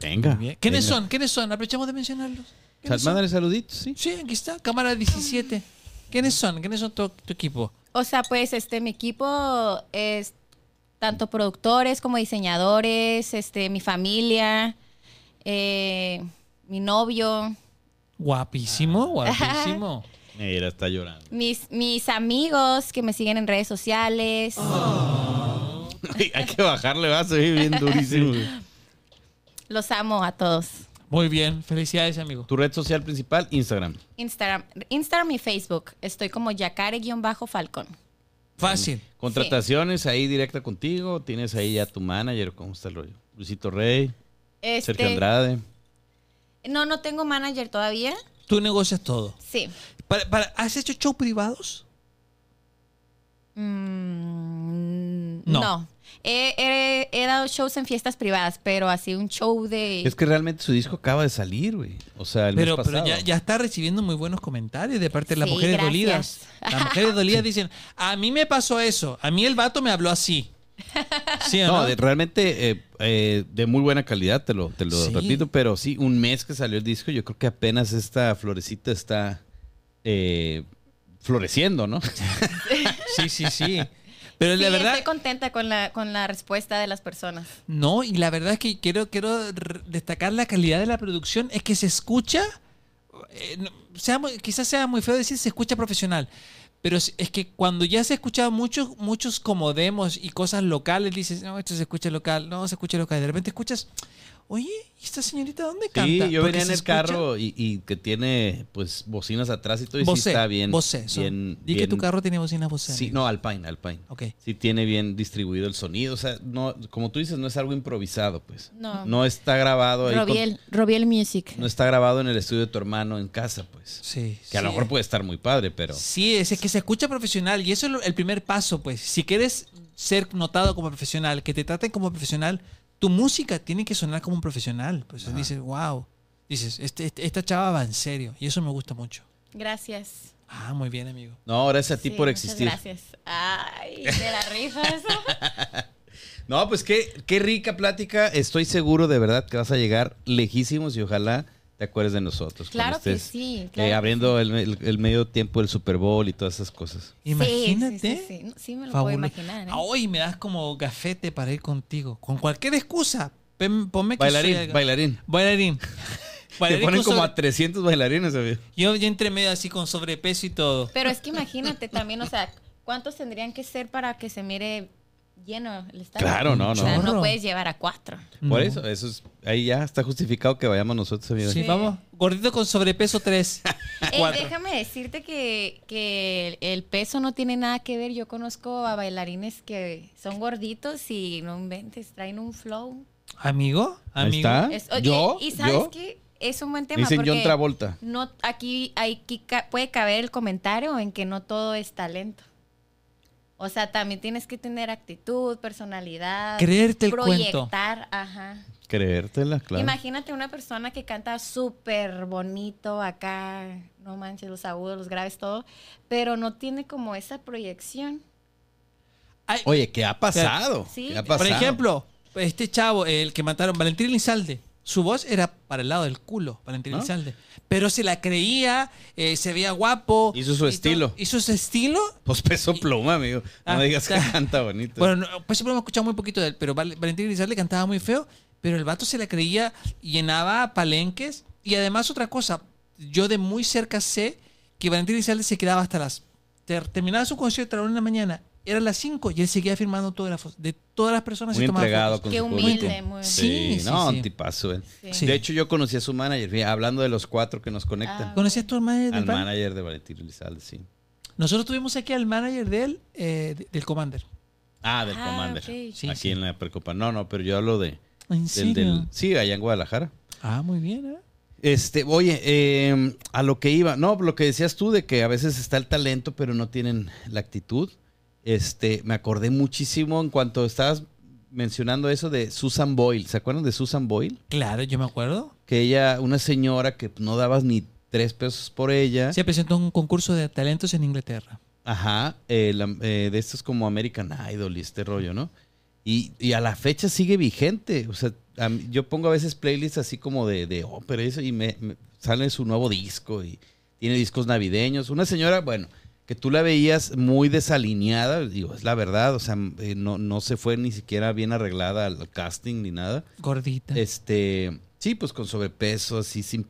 Speaker 1: Venga.
Speaker 4: Bien. ¿Quiénes
Speaker 1: venga.
Speaker 4: son? ¿Quiénes son? Aprovechamos de mencionarlos.
Speaker 1: Sal-
Speaker 4: ¿Quiénes son?
Speaker 1: Mándale saluditos, sí.
Speaker 4: Sí, aquí está, cámara 17. ¿Quiénes son? ¿Quiénes son tu, tu equipo?
Speaker 3: O sea, pues, este, mi equipo es tanto productores como diseñadores, este, mi familia, eh, mi novio,
Speaker 4: Guapísimo,
Speaker 1: Ah.
Speaker 4: guapísimo.
Speaker 1: Mira, está llorando.
Speaker 3: mis, mis amigos que me siguen en redes sociales.
Speaker 1: Hay que bajarle, va a seguir bien durísimo.
Speaker 3: Los amo a todos.
Speaker 4: Muy bien, felicidades, amigo.
Speaker 1: Tu red social principal, Instagram.
Speaker 3: Instagram, Instagram y Facebook. Estoy como Yacare-Falcón.
Speaker 4: Fácil.
Speaker 1: Contrataciones ahí directa contigo. Tienes ahí ya tu manager. ¿Cómo está el rollo? Luisito Rey,
Speaker 3: Este,
Speaker 1: Sergio Andrade.
Speaker 3: No, no tengo manager todavía.
Speaker 4: Tú negocias todo.
Speaker 3: Sí.
Speaker 4: Para, para- ¿Has hecho shows privados?
Speaker 3: Mm,
Speaker 4: No.
Speaker 3: no. He, he- he dado shows en fiestas privadas, pero así un show de...
Speaker 1: Es que realmente su disco acaba de salir, güey. O sea, el
Speaker 4: pero
Speaker 1: mes
Speaker 4: pero
Speaker 1: pasado.
Speaker 4: ya, ya está recibiendo muy buenos comentarios de parte de las
Speaker 3: Sí,
Speaker 4: mujeres
Speaker 3: gracias.
Speaker 4: dolidas. Las mujeres dolidas dicen, a mí me pasó eso, a mí el vato me habló así. ¿Sí o no?
Speaker 1: No, de- realmente eh, eh, de muy buena calidad, te lo, te lo
Speaker 4: Sí.
Speaker 1: repito. Pero sí, un mes que salió el disco, yo creo que apenas esta florecita está eh, floreciendo, ¿no?
Speaker 4: Sí, sí, sí. Pero
Speaker 3: Sí,
Speaker 4: la verdad,
Speaker 3: estoy contenta con la, con la respuesta de las personas.
Speaker 4: no, y la verdad es que quiero, quiero r- destacar la calidad de la producción, es que se escucha, eh, no- sea muy- quizás sea muy feo decir se escucha profesional, pero es es que cuando ya se escuchado muchos, muchos como demos y cosas locales, dices, no, esto se escucha local, no, se escucha local, de repente escuchas, oye, ¿y esta señorita dónde canta?
Speaker 1: Sí, yo
Speaker 4: Porque
Speaker 1: venía en
Speaker 4: se
Speaker 1: el
Speaker 4: escucha-
Speaker 1: carro y, y que tiene pues bocinas atrás y todo y sí
Speaker 4: Bose,
Speaker 1: está bien.
Speaker 4: Bose, son-
Speaker 1: bien,
Speaker 4: Di que
Speaker 1: bien-
Speaker 4: tu carro tiene bocina Bose.
Speaker 1: Sí,
Speaker 4: amigo.
Speaker 1: no, Alpine, Alpine.
Speaker 4: Ok.
Speaker 1: Sí tiene bien distribuido el sonido, o sea, no como tú dices, no es algo improvisado, pues.
Speaker 3: No.
Speaker 1: No está grabado ahí con-
Speaker 3: Robiel, Robiel Music.
Speaker 1: no está grabado en el estudio de tu hermano en casa, pues.
Speaker 4: Sí.
Speaker 1: Que a
Speaker 4: sí.
Speaker 1: lo mejor puede estar muy padre, pero
Speaker 4: Sí, es, es que se escucha profesional y eso es lo- el primer paso, pues. Si quieres ser notado como profesional, que te traten como profesional, tu música tiene que sonar como un profesional. Pues dices, wow. Dices, este- este- esta chava va en serio y eso me gusta mucho.
Speaker 3: Gracias.
Speaker 4: Ah, muy bien, amigo.
Speaker 1: no, gracias a ti
Speaker 3: Sí,
Speaker 1: por
Speaker 3: muchas
Speaker 1: existir.
Speaker 3: Gracias. Ay, de la rifa eso.
Speaker 1: No, pues qué, qué rica plática. Estoy seguro de verdad que vas a llegar lejísimos y ojalá te acuerdes de nosotros. cuando
Speaker 3: Claro que
Speaker 1: estés,
Speaker 3: sí,
Speaker 1: eh,
Speaker 3: claro que
Speaker 1: abriendo el, el- el medio tiempo del Super Bowl y todas esas cosas.
Speaker 4: Imagínate.
Speaker 3: Sí, sí, sí, sí. No, sí me lo
Speaker 4: Fabulo-
Speaker 3: puedo imaginar. ¿eh?
Speaker 4: Ah, Hoy me das como gafete para ir contigo. Con cualquier excusa. Pen- ponme que
Speaker 1: Bailarín,
Speaker 4: soy el-
Speaker 1: bailarín.
Speaker 4: Bailarín.
Speaker 1: Te
Speaker 4: Bailarín
Speaker 1: ponen
Speaker 4: con
Speaker 1: como
Speaker 4: sobre-
Speaker 1: a 300 bailarines, amigo.
Speaker 4: Yo ya entre medio así con sobrepeso y todo.
Speaker 3: Pero es que imagínate también, o sea, ¿cuántos tendrían que ser para que se mire lleno el estadio?
Speaker 1: Claro, no,
Speaker 3: O sea,
Speaker 1: no.
Speaker 3: no puedes llevar a cuatro.
Speaker 1: Por
Speaker 4: No.
Speaker 1: eso, eso es, ahí ya está justificado que vayamos nosotros, amigo.
Speaker 4: Sí, vamos. Gordito con sobrepeso 3.
Speaker 3: Ey, Eh, déjame decirte que, que el peso no tiene nada que ver. Yo conozco a bailarines que son gorditos y no inventes, traen un flow.
Speaker 4: Amigo,
Speaker 1: Ahí
Speaker 4: amigo.
Speaker 1: está.
Speaker 3: Es- oye,
Speaker 1: ¿Ah? Yo,
Speaker 3: y sabes
Speaker 1: yo.
Speaker 3: que es un buen tema
Speaker 1: Dicen
Speaker 3: porque
Speaker 1: John Travolta.
Speaker 3: no aquí, aquí ca- puede caber el comentario en que no todo es talento. O sea, también tienes que tener actitud, personalidad,
Speaker 4: Creerte el cuento.
Speaker 3: proyectar, ajá.
Speaker 1: Creértela, claro.
Speaker 3: Imagínate una persona que canta súper bonito acá, no manches, los agudos, los graves, todo, pero no tiene como esa proyección.
Speaker 4: Ay,
Speaker 1: Oye, ¿qué ha pasado?
Speaker 3: Sí.
Speaker 1: ¿Qué ha
Speaker 4: por
Speaker 1: pasado?
Speaker 4: ejemplo, este chavo, el que mataron, Valentín Lizalde, su voz era para el lado del culo, Valentín
Speaker 1: ¿No?
Speaker 4: Lizalde. Pero se la creía, eh, se veía guapo.
Speaker 1: Hizo su
Speaker 4: y
Speaker 1: estilo.
Speaker 4: todo. Hizo su estilo.
Speaker 1: Pues peso pluma, amigo. No
Speaker 4: Ah,
Speaker 1: me digas que
Speaker 4: está.
Speaker 1: canta bonito.
Speaker 4: Bueno, no, pues siempre hemos escuchado muy poquito de él, pero Val- Valentín Lizalde cantaba muy feo, pero el vato se la creía, llenaba palenques. Y además otra cosa, yo de muy cerca sé que Valentín Lizalde se quedaba hasta las... ter- terminaba su concierto a la una de la mañana, eran las 5 y él seguía firmando autógrafos de todas las personas
Speaker 1: muy
Speaker 4: y tomaba
Speaker 1: entregado
Speaker 4: fotos.
Speaker 1: con
Speaker 3: Qué
Speaker 1: su
Speaker 3: humilde,
Speaker 1: público.
Speaker 3: muy
Speaker 1: Sí,
Speaker 4: Sí, sí,
Speaker 1: no,
Speaker 4: sí.
Speaker 1: un tipazo, eh.
Speaker 3: Sí.
Speaker 4: Sí.
Speaker 1: De hecho, yo conocí a su manager, fíjate, hablando de los cuatro que nos conectan.
Speaker 3: Ah.
Speaker 4: ¿Conocías tú al manager del
Speaker 1: al
Speaker 4: Val?
Speaker 1: manager de Valentín Elizalde, sí.
Speaker 4: Nosotros tuvimos aquí al manager del, eh, de- del Commander.
Speaker 1: Ah, del
Speaker 3: Ah,
Speaker 1: Commander.
Speaker 3: ok.
Speaker 4: Sí,
Speaker 1: Aquí
Speaker 4: sí.
Speaker 1: en la Precopa. No, no, pero yo hablo de.
Speaker 4: ¿En
Speaker 1: Del,
Speaker 4: serio?
Speaker 1: del, sí, allá en Guadalajara.
Speaker 4: Ah, muy bien, ¿eh?
Speaker 1: Este, oye, eh, a lo que iba, no, lo que decías tú de que a veces está el talento, pero no tienen la actitud. Este, me acordé muchísimo en cuanto estabas mencionando eso de Susan Boyle. ¿Se acuerdan de Susan Boyle?
Speaker 4: Claro, yo me acuerdo.
Speaker 1: Que ella, una señora que no dabas ni tres pesos por ella.
Speaker 4: Se presentó en un concurso de talentos en Inglaterra.
Speaker 1: Ajá, eh, la- eh, de estos como American Idol y este rollo, ¿no? Y, y a la fecha sigue vigente. O sea, a mí- yo pongo a veces playlists así como de, de ópera y eso, y me, me sale su nuevo disco y tiene discos navideños. Una señora, bueno, que tú la veías muy desalineada, digo, es la verdad, o sea, eh, no, no se fue ni siquiera bien arreglada al casting ni nada.
Speaker 4: Gordita.
Speaker 1: Este, sí, pues con sobrepeso, así sin,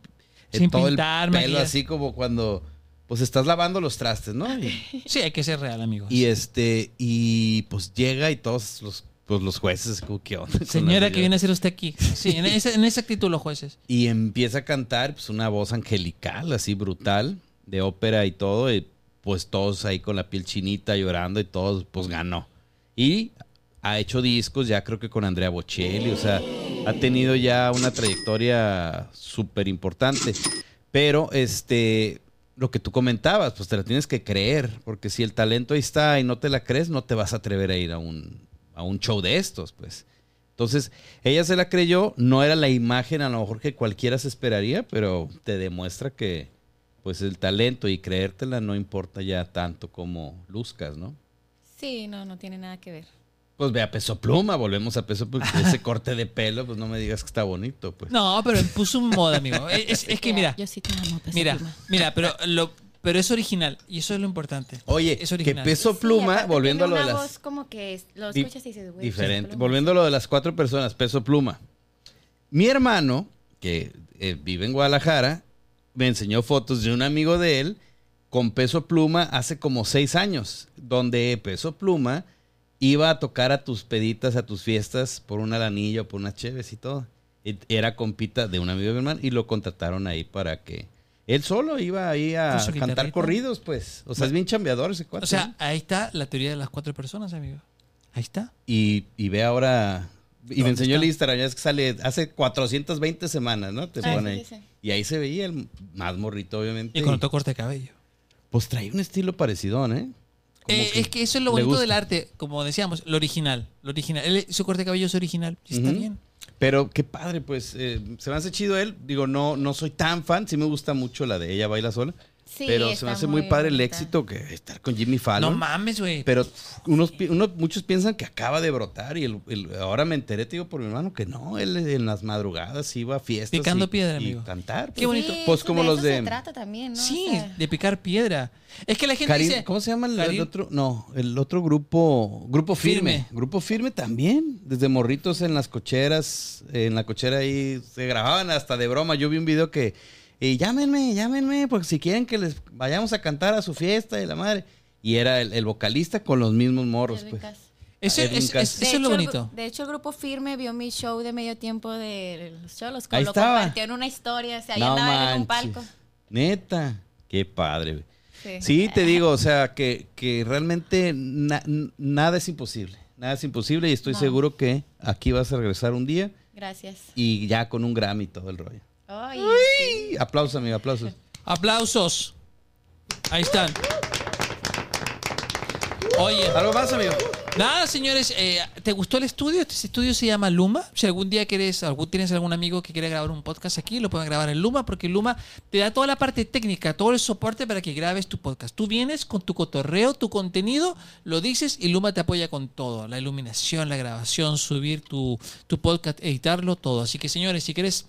Speaker 1: eh,
Speaker 4: Sin
Speaker 1: todo
Speaker 4: pintar,
Speaker 1: el pelo,
Speaker 4: maquillaje.
Speaker 1: así como cuando pues estás lavando los trastes, ¿no? Y-
Speaker 4: Sí, hay que ser real, amigos.
Speaker 1: y este, y pues llega y todos los, pues, los jueces, como, ¿qué onda? con la
Speaker 4: Señora que viene a ser usted aquí. Sí, en esa, en esa actitud los jueces.
Speaker 1: Y empieza a cantar, pues una voz angelical, así brutal, de ópera y todo, y pues todos ahí con la piel chinita llorando y todos, pues ganó. Y ha hecho discos ya creo que con Andrea Bocelli, o sea, ha tenido ya una trayectoria súper importante. Pero este, lo que tú comentabas, pues te la tienes que creer, porque si el talento ahí está y no te la crees, no te vas a atrever a ir a un, a un show de estos, pues. Entonces, ella se la creyó, no era la imagen a lo mejor que cualquiera se esperaría, pero te demuestra que pues el talento y creértela no importa ya tanto como luzcas, ¿no?
Speaker 3: Sí, no, no tiene nada que ver.
Speaker 1: Pues ve a peso pluma, volvemos a peso pluma. Ese corte de pelo, pues no me digas que está bonito, pues.
Speaker 4: No, pero puso un moda, amigo. Es, es que mira,
Speaker 3: Yo sí te amo, Peso
Speaker 4: mira,
Speaker 3: Pluma.
Speaker 4: mira, pero lo, Pero es original y eso es lo importante.
Speaker 1: Oye,
Speaker 4: es
Speaker 1: que
Speaker 4: original.
Speaker 1: peso pluma, volviendo a lo de
Speaker 3: una
Speaker 1: las.
Speaker 3: voz como que es- lo
Speaker 1: Di-
Speaker 3: escuchas y dices, güey,
Speaker 1: Diferente.
Speaker 3: Peso Pluma.
Speaker 1: Volviendo a lo de las cuatro personas, peso pluma. Mi hermano, que eh, vive en Guadalajara, me enseñó fotos de un amigo de él con peso pluma hace como seis años, donde peso pluma iba a tocar a tus peditas, a tus fiestas, por una lanilla, por unas cheves y todo. Y Era compita de un amigo de mi hermano y lo contrataron ahí para que... Él solo iba ahí a
Speaker 4: Con su
Speaker 1: cantar
Speaker 4: guitarrita.
Speaker 1: corridos, pues. O sea, es bien chambeador ese cuate. ¿eh?
Speaker 4: O
Speaker 1: ¿no?
Speaker 4: sea, ahí está la teoría de las cuatro personas, amigo. Ahí está.
Speaker 1: y, y ve ahora. Y me
Speaker 4: ¿Dónde
Speaker 1: enseñó el
Speaker 4: está?
Speaker 1: Instagram, ya es que sale hace 420 semanas, ¿no? Te
Speaker 3: Ah,
Speaker 1: pone
Speaker 3: sí,
Speaker 1: ahí.
Speaker 3: sí, sí.
Speaker 1: Y ahí se veía el más morrito, obviamente.
Speaker 4: Y con otro corte de cabello.
Speaker 1: Pues traía un estilo parecido, ¿eh? Como
Speaker 4: Eh, es que eso es lo
Speaker 1: le
Speaker 4: bonito
Speaker 1: gusta.
Speaker 4: del arte, como decíamos, lo original. Lo original. Él- su corte de cabello es original. y Está
Speaker 1: Ujú.
Speaker 4: bien.
Speaker 1: Pero qué padre, pues eh, se me hace chido él. Digo, no no soy tan fan, sí me gusta mucho la de ella baila sola.
Speaker 3: Sí,
Speaker 1: pero se
Speaker 3: está
Speaker 1: me hace muy, padre el
Speaker 3: bonita.
Speaker 1: éxito que estar con Jimmy
Speaker 4: No
Speaker 1: Fallon.
Speaker 4: mames, güey.
Speaker 1: pero unos, pi- uno- muchos piensan que acaba de brotar y el- el- ahora me enteré, te digo, por mi hermano, que no, él en las madrugadas iba a fiestas.
Speaker 4: Picando
Speaker 1: y-
Speaker 4: piedra,
Speaker 1: y
Speaker 4: amigo.
Speaker 1: cantar.
Speaker 4: Qué bonito.
Speaker 3: Sí,
Speaker 1: Pues
Speaker 3: eso-
Speaker 1: como los
Speaker 3: eso
Speaker 1: de...
Speaker 3: se trata también, ¿no? O
Speaker 4: Sí,
Speaker 3: sea,
Speaker 4: de picar piedra. Es que la gente
Speaker 1: Karin-
Speaker 4: dice.
Speaker 1: ¿Cómo se llama el, el
Speaker 4: Karin-
Speaker 1: otro? No, el otro grupo, Grupo firme.
Speaker 4: Firme.
Speaker 1: Grupo Firme también. Desde morritos en las cocheras, eh, en la cochera ahí se grababan hasta de broma. Yo vi un video que y llámenme, llámenme, porque si quieren que les vayamos a cantar a su fiesta y la madre. Y era el, el vocalista con los mismos morros,
Speaker 3: Edwin
Speaker 1: pues.
Speaker 3: Cass.
Speaker 4: Eso,
Speaker 1: Edwin
Speaker 4: es- es-
Speaker 1: Cass.
Speaker 4: eso es
Speaker 3: De
Speaker 4: lo
Speaker 3: hecho, el
Speaker 4: bonito.
Speaker 3: gru- de hecho, el grupo Firme vio mi show de medio tiempo de los cholos.
Speaker 1: Ahí
Speaker 3: lo
Speaker 1: estaba.
Speaker 3: compartió en una historia. O sea, ahí
Speaker 1: No
Speaker 3: andaba él en un
Speaker 1: manches.
Speaker 3: palco.
Speaker 1: Neta, qué padre. güey. Sí,
Speaker 3: Eh,
Speaker 1: te digo, o sea, que, que realmente na- n- nada es imposible. Nada es imposible y estoy
Speaker 3: No.
Speaker 1: seguro que aquí vas a regresar un día
Speaker 3: Gracias.
Speaker 1: y ya con un Grammy y todo el rollo.
Speaker 3: Ay,
Speaker 1: Y Aplausos, amigo, aplausos.
Speaker 4: Aplausos. Ahí están. Oye,
Speaker 1: ¿Algo más, amigo?
Speaker 4: nada, señores, eh, ¿te gustó el estudio? Este estudio se llama Luma. Si algún día quieres, algún, tienes algún amigo que quiera grabar un podcast aquí, lo pueden grabar en Luma, porque Luma te da toda la parte técnica, todo el soporte para que grabes tu podcast. Tú vienes con tu cotorreo, tu contenido, lo dices y Luma te apoya con todo. La iluminación, la grabación, subir tu, tu podcast, editarlo, todo. Así que, señores, si quieres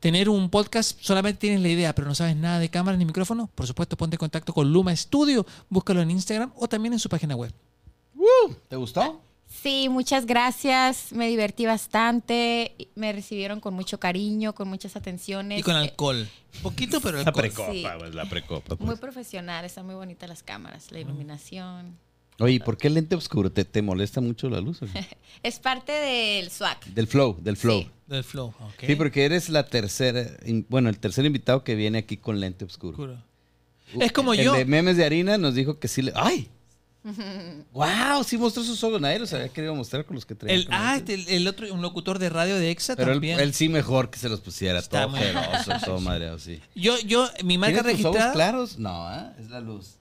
Speaker 4: tener un podcast, solamente tienes la idea, pero no sabes nada de cámara ni micrófono, por supuesto, ponte en contacto con Luma Studio, búscalo en Instagram o también en su página web.
Speaker 1: ¿Te gustó?
Speaker 3: Sí, muchas gracias. Me divertí bastante. Me recibieron con mucho cariño, con muchas atenciones.
Speaker 4: Y con
Speaker 3: Eh,
Speaker 4: alcohol. Poquito, pero
Speaker 1: La
Speaker 4: alcohol.
Speaker 1: precopa,
Speaker 3: Sí.
Speaker 1: pues, la precopa. pues.
Speaker 3: Muy profesional, están muy bonitas las cámaras, la iluminación.
Speaker 1: Oye, ¿y ¿por qué el lente oscuro? ¿Te, te molesta mucho la luz? o qué?
Speaker 3: Es parte del swag.
Speaker 1: Del flow, del flow.
Speaker 3: Sí.
Speaker 4: Del flow. ok.
Speaker 1: Sí, porque eres la tercera, in- bueno, el tercer invitado que viene aquí con lente oscuro.
Speaker 4: Oscuro. Es como
Speaker 1: el
Speaker 4: yo.
Speaker 1: de memes de harina nos dijo que sí le... ¡Ay! ¡Wow! Sí mostró sus ojos. Nadie los había querido mostrar con los que traía.
Speaker 4: El, ah, este, el, el otro, un locutor de radio de EXA
Speaker 1: Pero él,
Speaker 4: también.
Speaker 1: él sí mejor que se los pusiera.
Speaker 4: Está
Speaker 1: todo
Speaker 4: muy-
Speaker 1: generoso, todo madreado, sí.
Speaker 4: yo, yo, mi marca
Speaker 1: ¿Tienes tus ojos
Speaker 4: registrada.
Speaker 1: claros? No, ¿eh? es la luz.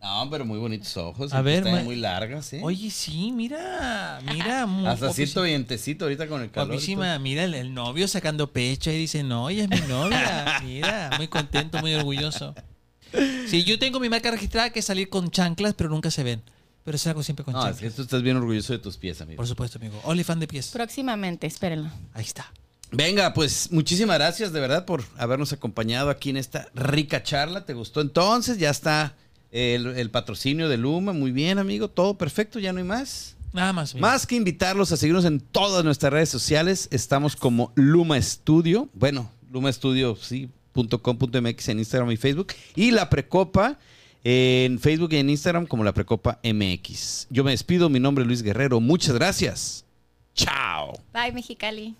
Speaker 1: No, pero muy bonitos ojos.
Speaker 4: A
Speaker 1: y
Speaker 4: ver,
Speaker 1: pestañas
Speaker 4: ma-
Speaker 1: muy largas, ¿sí?
Speaker 4: Oye, sí, mira, mira. mu-
Speaker 1: ¿eh? Hasta
Speaker 4: guapísima-
Speaker 1: siento vientecito ahorita con el calor. y
Speaker 4: Guapísima, mira el, el novio sacando pecho y dice, no, ella es mi novia. Mira, muy contento, muy orgulloso. Sí, yo tengo mi marca registrada que es salir con chanclas, pero nunca se ven. Pero salgo siempre
Speaker 1: todo.
Speaker 4: con
Speaker 1: No, Ah, es
Speaker 4: chanclas.
Speaker 1: que tú estás bien orgulloso de tus pies, amigo.
Speaker 4: Por supuesto, amigo. Olifan de pies.
Speaker 3: Próximamente, espérenlo.
Speaker 4: Ahí está.
Speaker 1: Venga, pues muchísimas gracias de verdad por habernos acompañado aquí en esta rica charla. ¿Te gustó entonces? Ya está el, el patrocinio de Luma. Muy bien, amigo. Todo perfecto, ya no hay más.
Speaker 4: Nada más. amigo.
Speaker 1: Más que invitarlos a seguirnos en todas nuestras redes sociales, estamos como Luma Studio. Bueno, Luma Studio, sí, punto com, punto MX en Instagram y Facebook. Y La Precopa en Facebook y en Instagram como La Precopa MX. Yo me despido, mi nombre es Luis Guerrero. Muchas gracias. Chao.
Speaker 3: Bye, Mexicali.